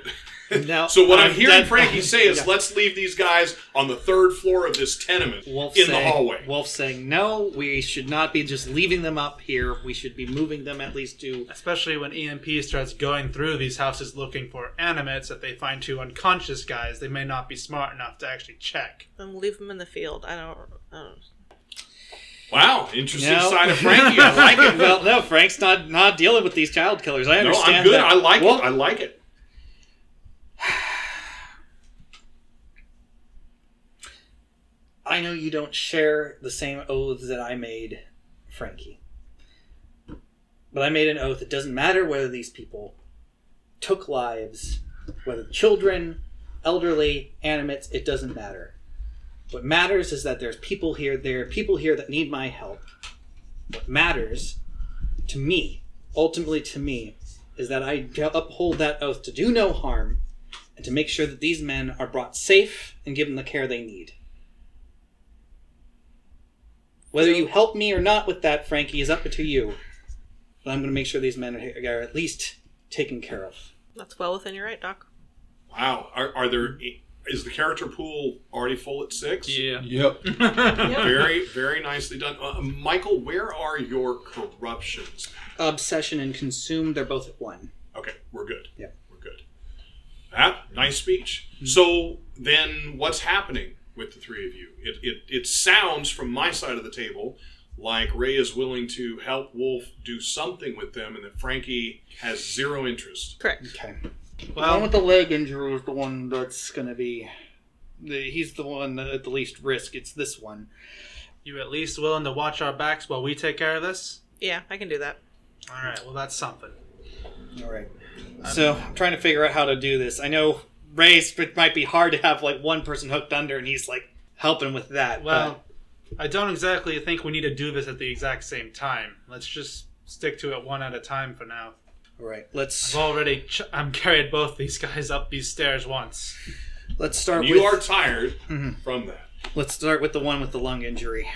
Speaker 9: Now,
Speaker 1: so what I'm
Speaker 9: uh,
Speaker 1: hearing
Speaker 9: that-
Speaker 1: Frankie say is,
Speaker 9: Yeah.
Speaker 1: let's leave these guys on the third floor of this tenement
Speaker 9: Wolf
Speaker 1: in the
Speaker 9: saying-
Speaker 1: hallway.
Speaker 9: Wolf saying, no, we should not be just leaving them up here. We should be moving them at least to.
Speaker 7: Especially when EMP starts going through these houses looking for animates, if they find two unconscious guys, they may not be smart enough to actually check.
Speaker 3: Then leave them in the field. I don't. I don't
Speaker 1: Wow, interesting
Speaker 9: No.
Speaker 1: side of Frankie. I like it.
Speaker 9: well, no, Frank's not not dealing with these child killers. I
Speaker 1: no,
Speaker 9: understand.
Speaker 1: I'm good.
Speaker 9: that.
Speaker 1: I like
Speaker 9: Wolf,
Speaker 1: it. I like it.
Speaker 9: I know you don't share the same oaths that I made, Frankie. But I made an oath. It doesn't matter whether these people took lives, whether children, elderly, animates, it doesn't matter. What matters is that there's people here, there are people here that need my help. What matters to me, ultimately to me, is that I uphold that oath to do no harm and to make sure that these men are brought safe and given the care they need. Whether you help me or not with that, Frankie, is up to you. But I'm going to make sure these men are, are at least taken care of.
Speaker 3: that's well within your right, Doc.
Speaker 1: Wow. Are, are there? Is the character pool already full at six?
Speaker 2: yeah.
Speaker 6: Yep.
Speaker 1: Very, very nicely done. Uh, Michael, where are your corruptions?
Speaker 9: Obsession and consume, they're both at one.
Speaker 1: Okay, we're good.
Speaker 9: Yeah. Mm-hmm.
Speaker 1: We're good. Ah, nice speech. So then what's happening with the three of you? It, it, it sounds from my side of the table like Ray is willing to help Wolf do something with them and that Frankie has zero interest.
Speaker 3: Correct.
Speaker 9: Okay. the one
Speaker 8: Well,
Speaker 9: with the leg injury is the one that's going to be. The, he's the one at the least risk. It's this one.
Speaker 7: You at least willing to watch our backs while we take care of this?
Speaker 3: Yeah, I can do that.
Speaker 7: All right, well, that's something.
Speaker 9: All right. So I'm trying to figure out how to do this. I know Ray's. It might be hard to have like one person hooked under, and he's like helping with that.
Speaker 7: Well, I don't exactly think we need to do this at the exact same time. Let's just stick to it one at a time for now.
Speaker 9: but, all right. Let's
Speaker 7: I've already ch- I'm carried both these guys up these stairs once.
Speaker 9: let's start.
Speaker 1: You
Speaker 9: with, Mm-hmm.
Speaker 1: are tired from that.
Speaker 9: Let's start with the one with the lung injury.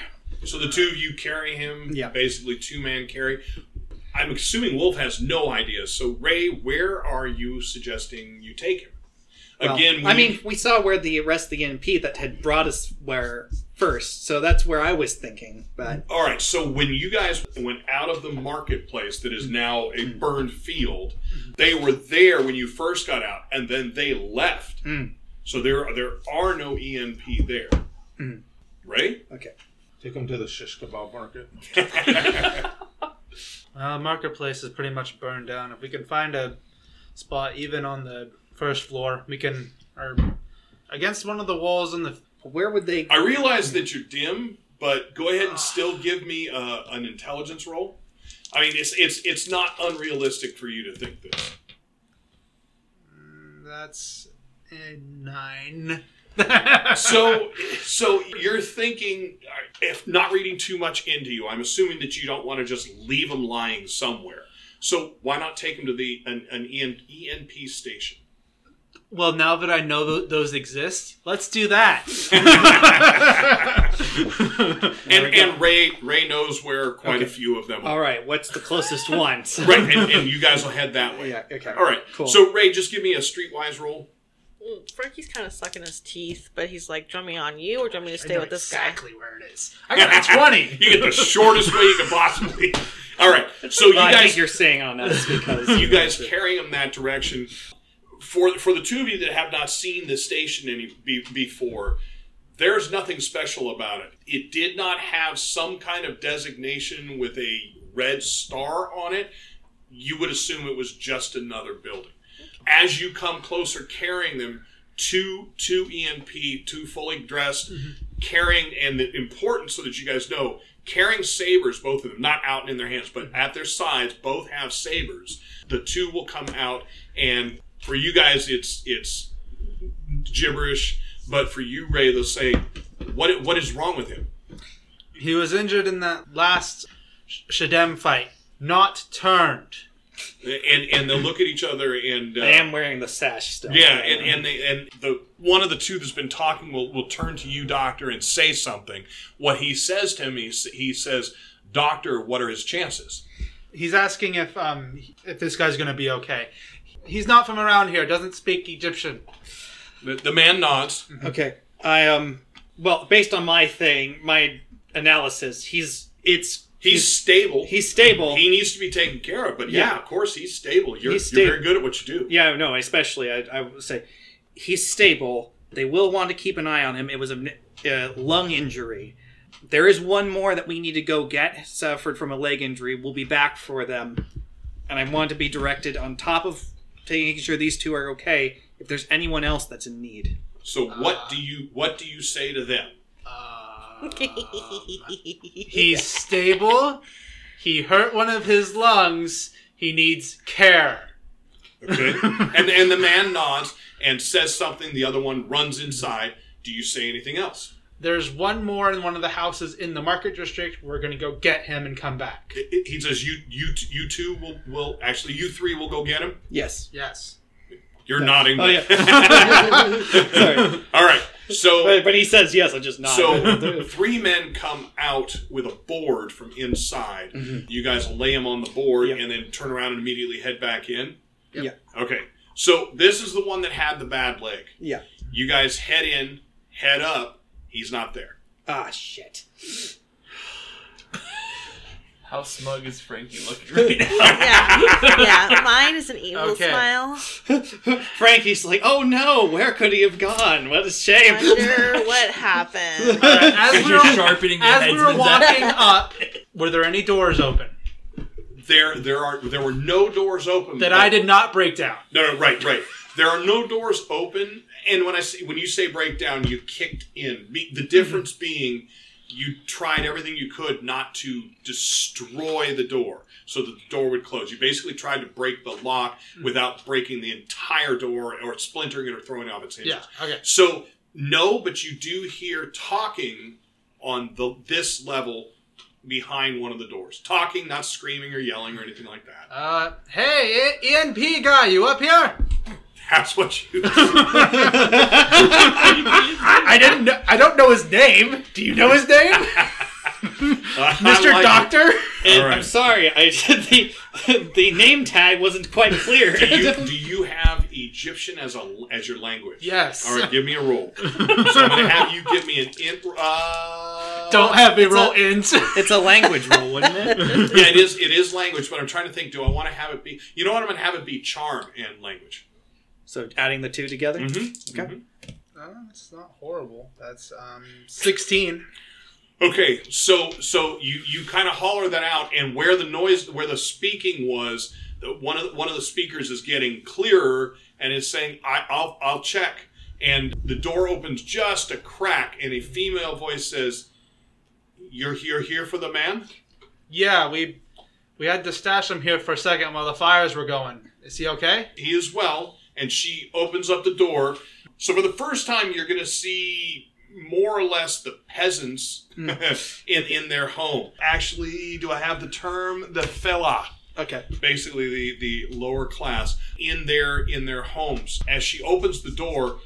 Speaker 1: So the two of you carry him,
Speaker 9: Yeah.
Speaker 1: basically two man carry. I'm assuming Wolf has no idea. So Ray, where are you suggesting you take him?
Speaker 9: Well,
Speaker 1: Again,
Speaker 9: I
Speaker 1: we-
Speaker 9: mean, we saw where the arrest the NP that had brought us where first, so that's where I was thinking. But
Speaker 1: All right, so when you guys went out of the marketplace that is now a
Speaker 9: Mm-hmm.
Speaker 1: burned field, they were there when you first got out, and then they left.
Speaker 9: Mm.
Speaker 1: So there, are, there are no EMP there,
Speaker 9: Mm.
Speaker 1: right?
Speaker 9: okay,
Speaker 6: Take them to the shish kebab market.
Speaker 7: Well, the Uh, marketplace is pretty much burned down. If we can find a spot even on the first floor, we can or against one of the walls in the
Speaker 9: where would they?
Speaker 1: I realize that you're dim, but go ahead and still give me uh, an intelligence roll. I mean, it's it's it's not unrealistic for you to think this.
Speaker 7: That's a nine.
Speaker 1: so so you're thinking uh, if not reading too much into you i'm assuming that you don't want to just leave them lying somewhere so why not take them to the an, an E EN, enp station
Speaker 7: Well, now that I know th- those exist, let's do that.
Speaker 1: and and ray ray knows where quite a
Speaker 9: Okay.
Speaker 1: few of them are
Speaker 9: All right, what's the closest one?
Speaker 1: right and, and you guys will head that way
Speaker 9: Yeah, okay.
Speaker 1: all right
Speaker 9: Cool.
Speaker 1: so ray just give me a streetwise roll
Speaker 3: Mm, Frankie's kind of sucking his teeth, but he's like, "Do you want me on you, or do you want me to
Speaker 7: I
Speaker 3: stay
Speaker 7: know
Speaker 3: with this guy?"
Speaker 7: exactly where it is. I got a twenty.
Speaker 1: you get the shortest way you can possibly all right so Oh, you
Speaker 9: Well, I
Speaker 1: guys
Speaker 9: think you're saying on us because
Speaker 1: you guys carry him that direction. For for the two of you that have not seen the station any be, before, there's nothing special about it. It did not have some kind of designation with a red star on it. You would assume it was just another building. As you come closer, carrying them, E two two EMP, two fully dressed, carrying and the important so that you guys know, carrying sabers, both of them, not out in their hands, but at their sides, both have sabers. The two will come out, and for you guys, it's it's gibberish, but for you, Ray, they'll say, "What what is wrong with him?"
Speaker 7: He was injured in that last Sh- Shadem fight. Not turned.
Speaker 1: And and they'll look at each other and. Uh,
Speaker 9: I am wearing the sash still.
Speaker 1: yeah, and and, they, and the one of the two that's been talking will, will turn to you, doctor, and say something. What he says to him, he, s- he says, "Doctor, what are his chances?"
Speaker 7: He's asking if um if this guy's gonna be okay. He's not from around here. Doesn't speak Egyptian.
Speaker 1: The, the man nods.
Speaker 9: Mm-hmm. Okay. I um well, based on my thing, my analysis, he's it's
Speaker 1: He's stable.
Speaker 9: he's stable.
Speaker 1: he needs to be taken care of. But yeah,
Speaker 9: Yeah.
Speaker 1: of course he's stable. You're,
Speaker 9: He's
Speaker 1: you're
Speaker 9: sta-
Speaker 1: very good at what you do.
Speaker 9: yeah, no, especially I I would say he's stable. They will want to keep an eye on him. It was a n- uh, lung injury. There is one more that we need to go get suffered from a leg injury. We'll be back for them. And I want to be directed on top of taking sure these two are okay. If there's anyone else that's in need.
Speaker 1: So what do you what do you say to them?
Speaker 7: He's stable. He hurt one of his lungs. He needs care.
Speaker 1: Okay. and and the man nods and says something. The other one runs inside. Do you say anything else?
Speaker 7: There's one more in one of the houses in the market district. We're gonna go get him and come back.
Speaker 1: I- I- He says you you t- you two will will actually you three will go get him.
Speaker 9: Yes.
Speaker 7: Yes.
Speaker 1: You're nodding.
Speaker 9: Oh, yeah. Sorry.
Speaker 1: All right. So
Speaker 9: But, but he says yes, I just nod.
Speaker 1: So three men come out with a board from inside. You guys lay them on the board
Speaker 9: Mm-hmm. Yep.
Speaker 1: and then turn around and immediately head back in.
Speaker 9: Yep.
Speaker 1: Yeah. Okay. So this is the one that had the bad leg.
Speaker 9: yeah.
Speaker 1: You guys head in, head up. He's not there.
Speaker 9: Ah shit.
Speaker 2: How smug is Frankie looking right now?
Speaker 3: yeah, yeah. Mine is an evil
Speaker 7: Okay.
Speaker 3: smile.
Speaker 9: Frankie's like, oh no, where could he have gone? What a shame.
Speaker 3: Wonder what happened.
Speaker 7: As
Speaker 2: As
Speaker 7: we were,
Speaker 2: you're sharpening your
Speaker 7: as we were
Speaker 2: headsman's axe.
Speaker 7: walking up, were there any doors open
Speaker 1: There, there are there were no doors open
Speaker 7: that
Speaker 1: but-
Speaker 7: I did not break down?
Speaker 1: No, no, right, right. There are no doors open, and when I say when you say breakdown, you kicked in. Me-
Speaker 7: Mm-hmm.
Speaker 1: The difference being, you tried everything you could not to destroy the door, so that the door would close. You basically tried to break the lock
Speaker 7: Mm.
Speaker 1: without breaking the entire door or splintering it or throwing it off its hinges.
Speaker 7: Yeah. Okay.
Speaker 1: So no, but you do hear talking on the this level behind one of the doors. Talking, not screaming or yelling or anything like that.
Speaker 7: Uh, hey, E- ENP guy, you up here?
Speaker 1: That's what you.
Speaker 7: I didn't. Know, I don't know his name. Do you know his name, Mister Doctor?
Speaker 9: And
Speaker 1: All right.
Speaker 9: I'm sorry, I the the name tag wasn't quite clear.
Speaker 1: Do you, do you have Egyptian as a as your language?
Speaker 7: Yes.
Speaker 1: All right, give me a roll. so I'm gonna have you give me an imp. Uh,
Speaker 7: Don't have me roll int.
Speaker 9: it's a language rule, isn't it?
Speaker 1: Yeah, it is. It is language, but I'm trying to think. Do I want to have it be? You know what? I'm gonna have it be charm and language.
Speaker 9: So adding the two together.
Speaker 1: Mhm,
Speaker 9: Okay.
Speaker 1: mhm.
Speaker 7: It's not horrible. That's um sixteen.
Speaker 1: Okay. So so you you kind of holler that out, and where the noise, where the speaking was, the- one of the, one of the speakers is getting clearer and is saying, I, "I'll I'll check." And the door opens just a crack, and a female voice says, "You're here here for the man."
Speaker 7: Yeah, we we had to stash him here for a second while the fires were going. Is he okay?
Speaker 1: he is well and she opens up the door So for the first time, you're going to see more or less the peasants in in their home. Actually, do I have the term the fella?
Speaker 8: Okay.
Speaker 1: basically the the lower class in their in their homes. As she opens the door,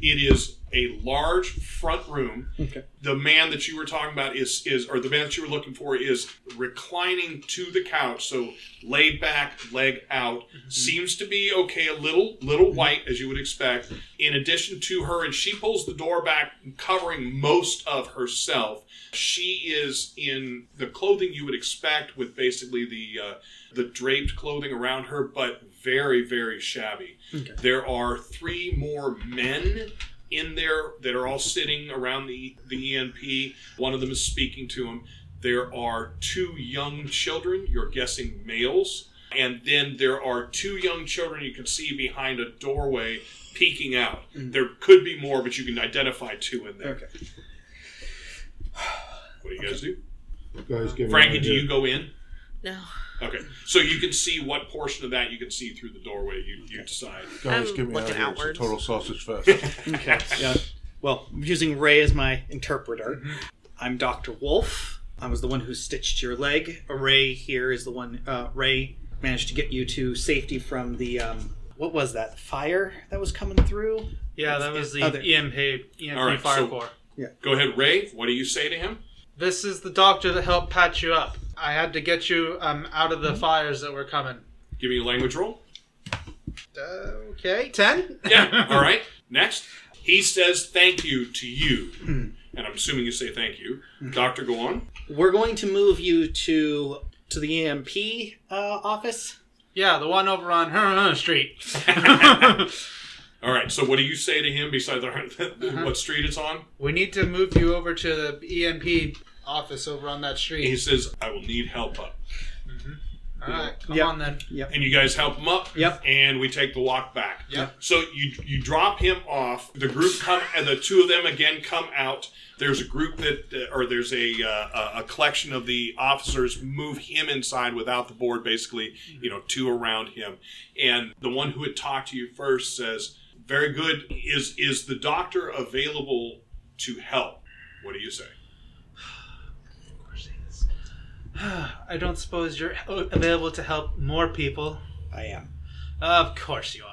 Speaker 1: it is a large front room.
Speaker 9: Okay.
Speaker 1: The man that you were talking about is is or the man that you were looking for is reclining to the couch, so laid back, leg out. Seems to be okay, a little little white as you would expect. In addition to her, and she pulls the door back, covering most of herself. She is in the clothing you would expect, with basically the uh, the draped clothing around her, but very, very shabby. There are three more men in there that are all sitting around the, the ENP. One of them is speaking to him. There are two young children, you're guessing males. And then there are two young children you can see behind a doorway peeking out. There could be more, but you can identify two in there.
Speaker 9: Okay.
Speaker 1: What do you guys do?
Speaker 6: Guys, give me
Speaker 1: Frankie,
Speaker 6: an
Speaker 1: do
Speaker 6: idea.
Speaker 1: you go in?
Speaker 3: No.
Speaker 1: Okay, so you can see what portion of that you can see through the doorway. You, you decide.
Speaker 6: Guys,
Speaker 3: I'm
Speaker 6: give me an
Speaker 3: looking
Speaker 6: idea. It's
Speaker 3: outwards.
Speaker 6: a total sausage fest.
Speaker 9: Okay. Yeah. Well, using Ray as my interpreter, I'm Doctor Wolf. I was the one who stitched your leg. Ray here is the one. Uh, Ray managed to get you to safety from the um, what was that fire that was coming through?
Speaker 7: Yeah, that was the E
Speaker 9: Other-
Speaker 7: EMP, EMP
Speaker 1: All right,
Speaker 7: Fire
Speaker 1: so-
Speaker 7: Corps.
Speaker 1: Go ahead, Ray. What do you say to him?
Speaker 7: This is the doctor that helped patch you up. I had to get you um, out of the
Speaker 9: Mm-hmm.
Speaker 7: fires that were coming.
Speaker 1: Give me a language roll.
Speaker 7: Uh, okay, ten.
Speaker 1: Yeah. All right. Next, he says thank you to you, and I'm assuming you say thank you, Doctor. Go on.
Speaker 9: We're going to move you to to the E EMP uh, office.
Speaker 7: Yeah, the one over on her street.
Speaker 1: All right. So what do you say to him besides what street it's on?
Speaker 7: we need to move you over to
Speaker 8: E
Speaker 7: the EMP office over on that
Speaker 1: He
Speaker 7: street.
Speaker 1: says, "I will need help up,"
Speaker 7: All right, come
Speaker 9: Yeah.
Speaker 7: on then.
Speaker 1: and you guys help him up.
Speaker 9: Yep.
Speaker 1: And we take the walk back.
Speaker 7: Yep.
Speaker 1: So you you drop him off. The group come and the two of them again come out. There's a group that or there's a uh, a- a collection of the officers move him inside without the board. Basically,
Speaker 7: Mm-hmm.
Speaker 1: you know, two around him, and the one who had talked to you first says, "Very good. Is is the doctor available to help?" What do you say?
Speaker 7: I don't suppose you're available to help more people.
Speaker 9: I am.
Speaker 7: Of course you are.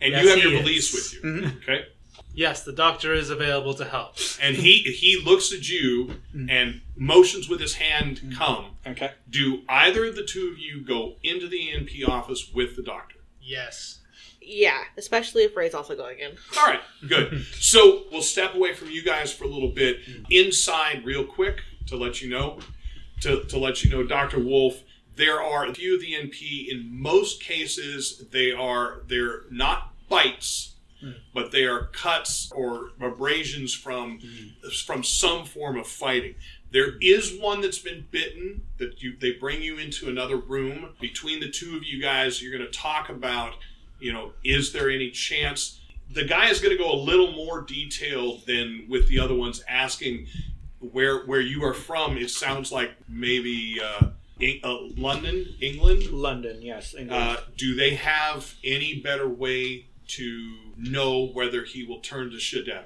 Speaker 1: And
Speaker 7: Yes,
Speaker 1: you have
Speaker 7: he
Speaker 1: your
Speaker 7: is. Mm-hmm.
Speaker 1: beliefs with you. Okay.
Speaker 7: Yes, the doctor is available to help.
Speaker 1: And he he looks at you and motions with his hand, "Come."
Speaker 9: Okay.
Speaker 1: Do either of the two of you go into the ENP office with the doctor?
Speaker 7: Yes.
Speaker 3: Yeah, especially if Ray's also going in.
Speaker 1: All right, good. so we'll step away from you guys for a little bit inside, real quick, to let you know. To, to let you know, Doctor Wolf, there are a few of the NP. In most cases, they are they're not bites, but they are cuts or abrasions from from some form of fighting. There is one that's been bitten that you they bring you into another room. Between the two of you guys, you're going to talk about, you know, is there any chance the guy is going to go a little more detailed than with the other ones asking where where you are from it sounds like maybe uh, Eng- uh, london england
Speaker 9: London. Yes. England.
Speaker 1: uh, do they have any better way to know whether he will turn to shidab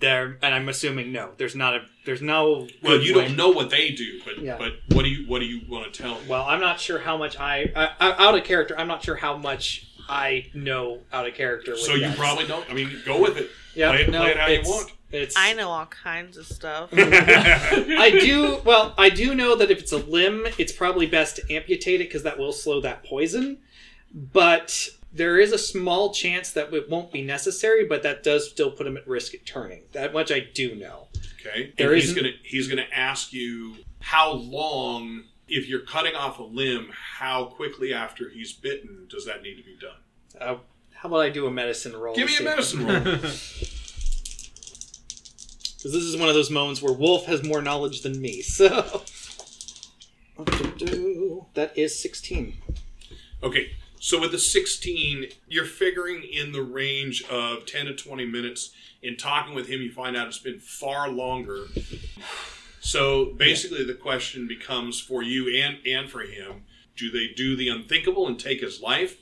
Speaker 9: there, and I'm assuming no. There's not a. There's no.
Speaker 1: well
Speaker 9: good
Speaker 1: you
Speaker 9: way.
Speaker 1: don't know what they do but
Speaker 9: Yeah.
Speaker 1: but what do you what do you want to tell him?
Speaker 9: Well, I'm not sure how much I, I, I out of character. I'm not sure how much I know out of character. With
Speaker 1: so you
Speaker 9: guys.
Speaker 1: probably don't i mean go with it
Speaker 9: yeah,
Speaker 1: play it-
Speaker 9: no,
Speaker 1: play it how you
Speaker 9: it's-
Speaker 1: want.
Speaker 9: It's
Speaker 3: I know all kinds of stuff.
Speaker 9: I do well. I do know that if it's a limb, it's probably best to amputate it because that will slow that poison. But there is a small chance that it won't be necessary, but that does still put him at risk at turning. That much I do know.
Speaker 1: Okay.
Speaker 9: There
Speaker 1: and he's
Speaker 9: isn't-
Speaker 1: gonna he's gonna ask you how long if you're cutting off a limb, how quickly after he's bitten does that need to be done?
Speaker 9: Uh, how about I do a medicine roll?
Speaker 1: Give me a medicine roll.
Speaker 9: because this is one of those moments where Wolf has more knowledge than me. So that is sixteen.
Speaker 1: Okay. So with the 16, you're figuring in the range of 10 to 20 minutes. In talking with him, you find out it's been far longer. So basically, the question becomes for you and and for him: Do they do the unthinkable and take his life,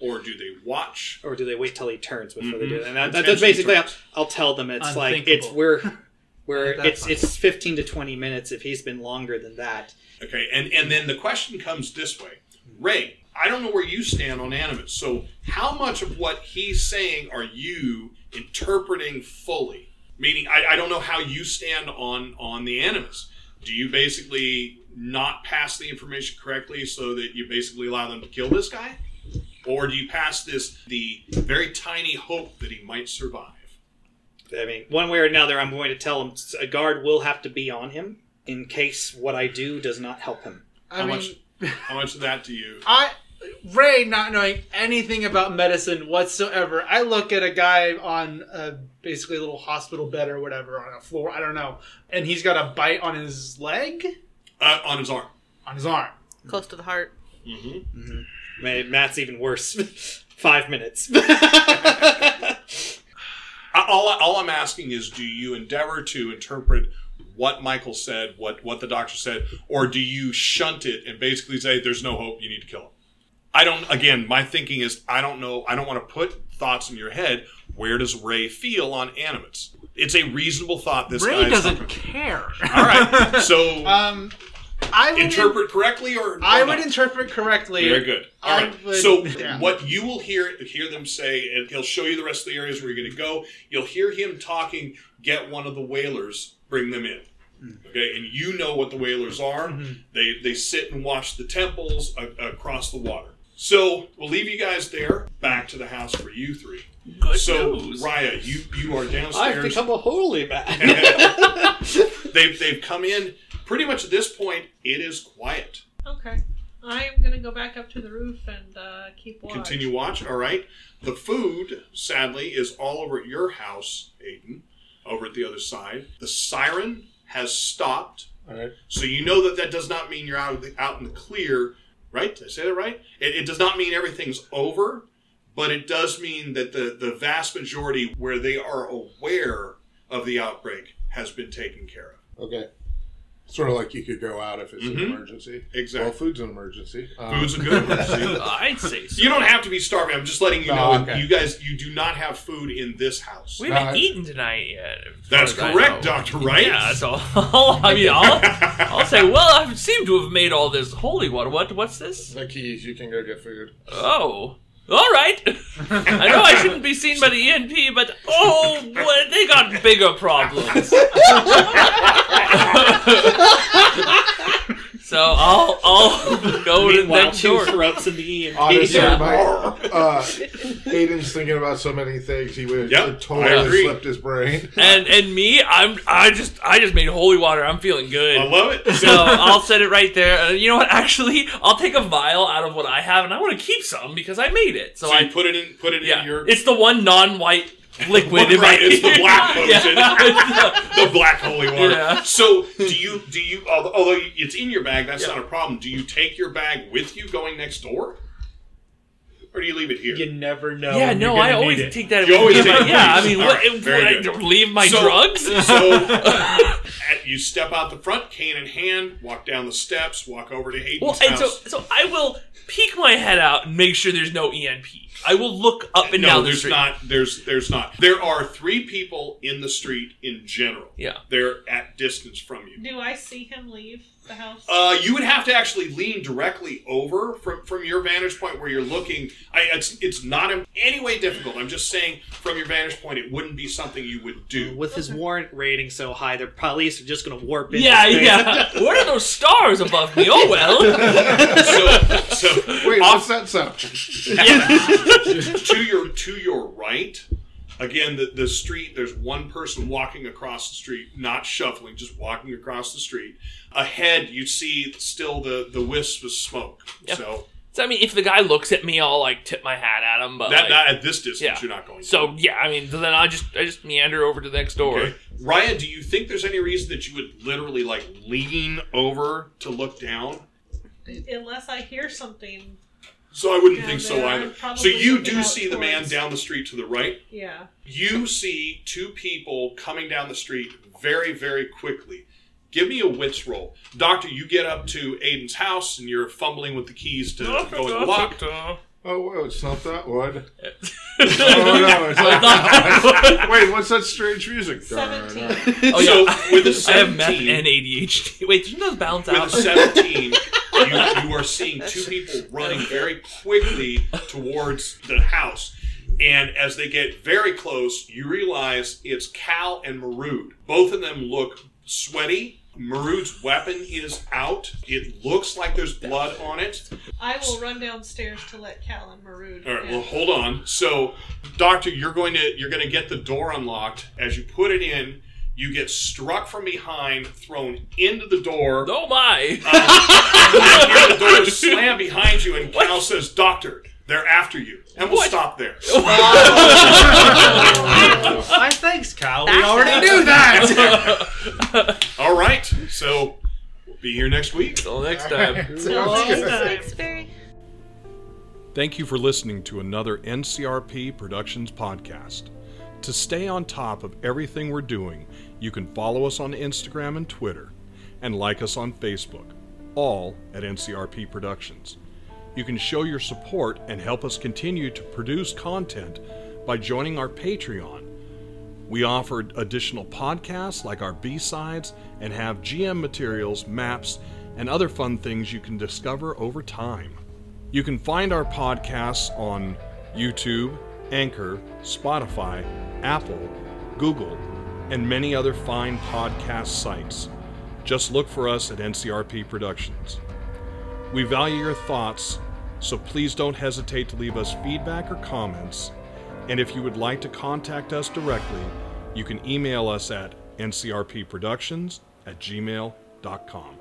Speaker 1: or do they watch?
Speaker 9: or do they wait till he turns before they do
Speaker 1: Mhm.
Speaker 9: it? And that, that, that's
Speaker 1: Attention
Speaker 9: basically
Speaker 1: turns.
Speaker 9: I'll, I'll tell them it's like
Speaker 7: Unthinkable.
Speaker 9: it's we're we're
Speaker 7: At that
Speaker 9: it's
Speaker 7: point.
Speaker 9: it's fifteen to twenty minutes. If he's been longer than that,
Speaker 1: Okay, and and then the question comes this way, Ray. I don't know where you stand on animus. So, how much of what he's saying are you interpreting fully? Meaning, I, I don't know how you stand on on the animus. Do you basically not pass the information correctly so that you basically allow them to kill this guy, or do you pass this the very tiny hope that he might survive?
Speaker 9: I mean, one way or another, I'm going to tell him a guard will have to be on him in case what I do does not help him.
Speaker 8: I
Speaker 1: How
Speaker 8: mean,
Speaker 1: much- How much of that do you?
Speaker 8: I Ray not knowing anything about medicine whatsoever. I look at a guy on a, basically a little hospital bed or whatever on a floor. I don't know, and he's got a bite on his leg,
Speaker 1: Uh, on his arm.
Speaker 8: on his arm.
Speaker 3: Close to the heart.
Speaker 1: Mm-hmm.
Speaker 9: Ma- Matt's even worse. Five minutes.
Speaker 1: I- all, all I'm asking is, do you endeavor to interpret what Michael said, what what the doctor said, or do you shunt it and basically say, "There's no hope. You need to kill him"? I don't. Again, my thinking is, I don't know. I don't want to put thoughts in your head. Where does Ray feel on animus? It's a reasonable thought. This guy
Speaker 8: Ray
Speaker 1: is
Speaker 8: doesn't
Speaker 1: not-
Speaker 8: care.
Speaker 1: All right. So
Speaker 8: Um, I would
Speaker 1: interpret correctly, or, or
Speaker 8: I
Speaker 1: not?
Speaker 8: would interpret correctly.
Speaker 1: Very good. All
Speaker 8: I
Speaker 1: right.
Speaker 8: would-
Speaker 1: so
Speaker 8: yeah.
Speaker 1: what you will hear hear them say, and he'll show you the rest of the areas where you're going to go. You'll hear him talking. Get one of the whalers. Bring them in.
Speaker 2: Mm-hmm.
Speaker 1: Okay, and you know what the whalers are. They they sit and watch the temples a- across the water. So we'll leave you guys there. Back to the house for you three.
Speaker 2: Good
Speaker 1: so
Speaker 2: news.
Speaker 1: Raya, you you are
Speaker 9: I've
Speaker 1: downstairs.
Speaker 9: become a holy man.
Speaker 1: they've they've come in. Pretty much at this point, it is quiet.
Speaker 5: Okay. I am gonna go back up to the roof and uh, keep watch.
Speaker 1: continue watch. All right. The food, sadly, is all over at your house, Aiden, over at the other side. The siren has stopped,
Speaker 6: All right.
Speaker 1: so you know that that does not mean you're out of the, out in the clear, right? Did I say that right? It, it does not mean everything's over, but it does mean that the the vast majority where they are aware of the outbreak has been taken care of.
Speaker 6: Okay. Sort of like you could go out if it's
Speaker 1: Mhm.
Speaker 6: an emergency. Well,
Speaker 1: Exactly.
Speaker 6: food's an emergency. Um,
Speaker 1: Food's a good emergency.
Speaker 2: I'd say so.
Speaker 1: You don't have to be starving. I'm just letting you
Speaker 6: No,
Speaker 1: know.
Speaker 6: okay.
Speaker 1: You guys, you do not have food in this house.
Speaker 2: We
Speaker 6: No,
Speaker 2: haven't
Speaker 6: I-
Speaker 2: eaten tonight yet. as
Speaker 1: That's
Speaker 2: far as I
Speaker 1: correct,
Speaker 2: know.
Speaker 1: Doctor. Right?
Speaker 2: Yeah, that's all. I mean, I'll, I'll say, well, I seem to have made all this holy water. What? What's this?
Speaker 6: The keys. You can go get food.
Speaker 2: Oh, all right. I know I shouldn't be seen by the ENP, but oh, boy, they got bigger problems. so I'll I'll go to the
Speaker 9: Meanwhile,
Speaker 2: next
Speaker 9: two
Speaker 2: door.
Speaker 9: throats in the EMP.
Speaker 6: Honestly,
Speaker 2: Yeah.
Speaker 6: my, uh, Aiden's thinking about so many things. He would
Speaker 1: Yep,
Speaker 6: have
Speaker 1: I
Speaker 6: totally
Speaker 1: agree.
Speaker 6: slipped his brain.
Speaker 2: And and me, I'm I just I just made holy water. I'm feeling good.
Speaker 1: I love it.
Speaker 2: So I'll set it right there. And you know what? Actually, I'll take a vial out of what I have, and I want to keep some because I made it. So,
Speaker 1: So
Speaker 2: I
Speaker 1: you put it in. Put it
Speaker 2: yeah,
Speaker 1: in your.
Speaker 2: it's the one non-white liquid. in my-
Speaker 1: Right, it's the black potion.
Speaker 2: yeah,
Speaker 1: the black holy water.
Speaker 2: Yeah.
Speaker 1: So do you? Do you? al- Although it's in your bag, that's not a problem. Do you take your bag with you going next door, or do you leave it here?
Speaker 7: You never know.
Speaker 2: yeah.
Speaker 7: when you're
Speaker 2: No,
Speaker 7: gonna
Speaker 2: I
Speaker 7: need
Speaker 2: always
Speaker 7: it.
Speaker 2: take that.
Speaker 1: You always
Speaker 2: yeah,
Speaker 1: take
Speaker 2: yeah. I
Speaker 1: these. All
Speaker 2: mean, what,
Speaker 1: right, very
Speaker 2: what-
Speaker 1: good.
Speaker 2: leave my
Speaker 1: So-
Speaker 2: drugs.
Speaker 1: so at, you step out the front, cane in hand, walk down the steps, walk over to Hayden's
Speaker 2: well, and
Speaker 1: house.
Speaker 2: so so I will peek my head out and make sure there's no ENP. I will look up and
Speaker 1: no,
Speaker 2: down the
Speaker 1: there's
Speaker 2: street.
Speaker 1: not. There's there's not. There are three people in the street in general.
Speaker 2: Yeah.
Speaker 1: they're at distance from you.
Speaker 5: Do I see him leave the house?
Speaker 1: Uh, you would have to actually lean directly over from, from your vantage point where you're looking. I, it's, it's not in any way difficult. I'm just saying, from your vantage point, it wouldn't be something you would do.
Speaker 9: With his warrant rating so high, the police are just going to warp in.
Speaker 2: Yeah,
Speaker 9: his face.
Speaker 2: yeah. What are those stars above me? Oh well.
Speaker 1: So, so
Speaker 6: Wait,
Speaker 1: off
Speaker 6: what's that sound?
Speaker 1: to your to your right, again the, the street. There's one person walking across the street, not shuffling, just walking across the street. Ahead, you see still the the wisp of smoke.
Speaker 2: Yeah.
Speaker 1: So
Speaker 2: So I mean, if the guy looks at me, I'll like tip my hat at him. But
Speaker 1: that,
Speaker 2: like,
Speaker 1: that- at this distance,
Speaker 2: Oh, Yeah.
Speaker 1: you're not going. to.
Speaker 2: so yeah, I mean, then I just I just meander over to the next door.
Speaker 1: Okay. Ryan, do you think there's any reason that you would literally like lean over to look down?
Speaker 5: Unless I hear something.
Speaker 1: So I wouldn't
Speaker 5: Yeah,
Speaker 1: think so
Speaker 5: they are
Speaker 1: either. So
Speaker 5: probably
Speaker 1: you
Speaker 5: looking
Speaker 1: do
Speaker 5: out
Speaker 1: see the man
Speaker 5: towards-
Speaker 1: down the street to the right.
Speaker 5: Yeah.
Speaker 1: You see two people coming down the street very, very quickly. Give me a wits roll. Doctor, you get up to Aiden's house and you're fumbling with the keys to go in the lock.
Speaker 6: Oh, whoa, it's not that one. Oh, no, it's not that one. Wait, what's that strange music? Darn.
Speaker 5: Seventeen.
Speaker 2: oh,
Speaker 1: so
Speaker 2: yeah.
Speaker 1: with a
Speaker 2: I have math
Speaker 1: 17
Speaker 2: and ADHD. Wait, didn't those balance
Speaker 1: With a
Speaker 2: out?
Speaker 1: 17, you, you are seeing two people running very quickly towards the house. And as they get very close, you realize it's Cal and Marood. Both of them look sweaty. Marood's weapon is out. It looks like there's blood on it.
Speaker 5: I will run downstairs to let Cal and Marood.
Speaker 1: All right.
Speaker 5: in.
Speaker 1: Well, hold on. So, Doctor, you're going to you're going to get the door unlocked. As you put it in, you get struck from behind, thrown into the door.
Speaker 2: Oh my!
Speaker 1: You hear the door slam behind you, and Cal says, "Doctor, they're after you." And we'll stop there.
Speaker 7: Why, thanks, Cal. We
Speaker 3: That's
Speaker 7: already
Speaker 3: not-
Speaker 7: knew that.
Speaker 1: All right. So, we'll be here next week.
Speaker 2: Till next time.
Speaker 5: Next time.
Speaker 3: Thanks, Barry.
Speaker 1: Thank you for listening to another NCRP Productions podcast. To stay on top of everything we're doing, you can follow us on Instagram and Twitter, and like us on Facebook, all at NCRP Productions. You can show your support and help us continue to produce content by joining our Patreon. We offer additional podcasts like our B sides and have GM materials, maps, and other fun things you can discover over time. You can find our podcasts on YouTube, Anchor, Spotify, Apple, Google, and many other fine podcast sites. Just look for us at NCRP Productions. We value your thoughts, so please don't hesitate to leave us feedback or comments. And if you would like to contact us directly, you can email us at ncrpproductions at gmail.com.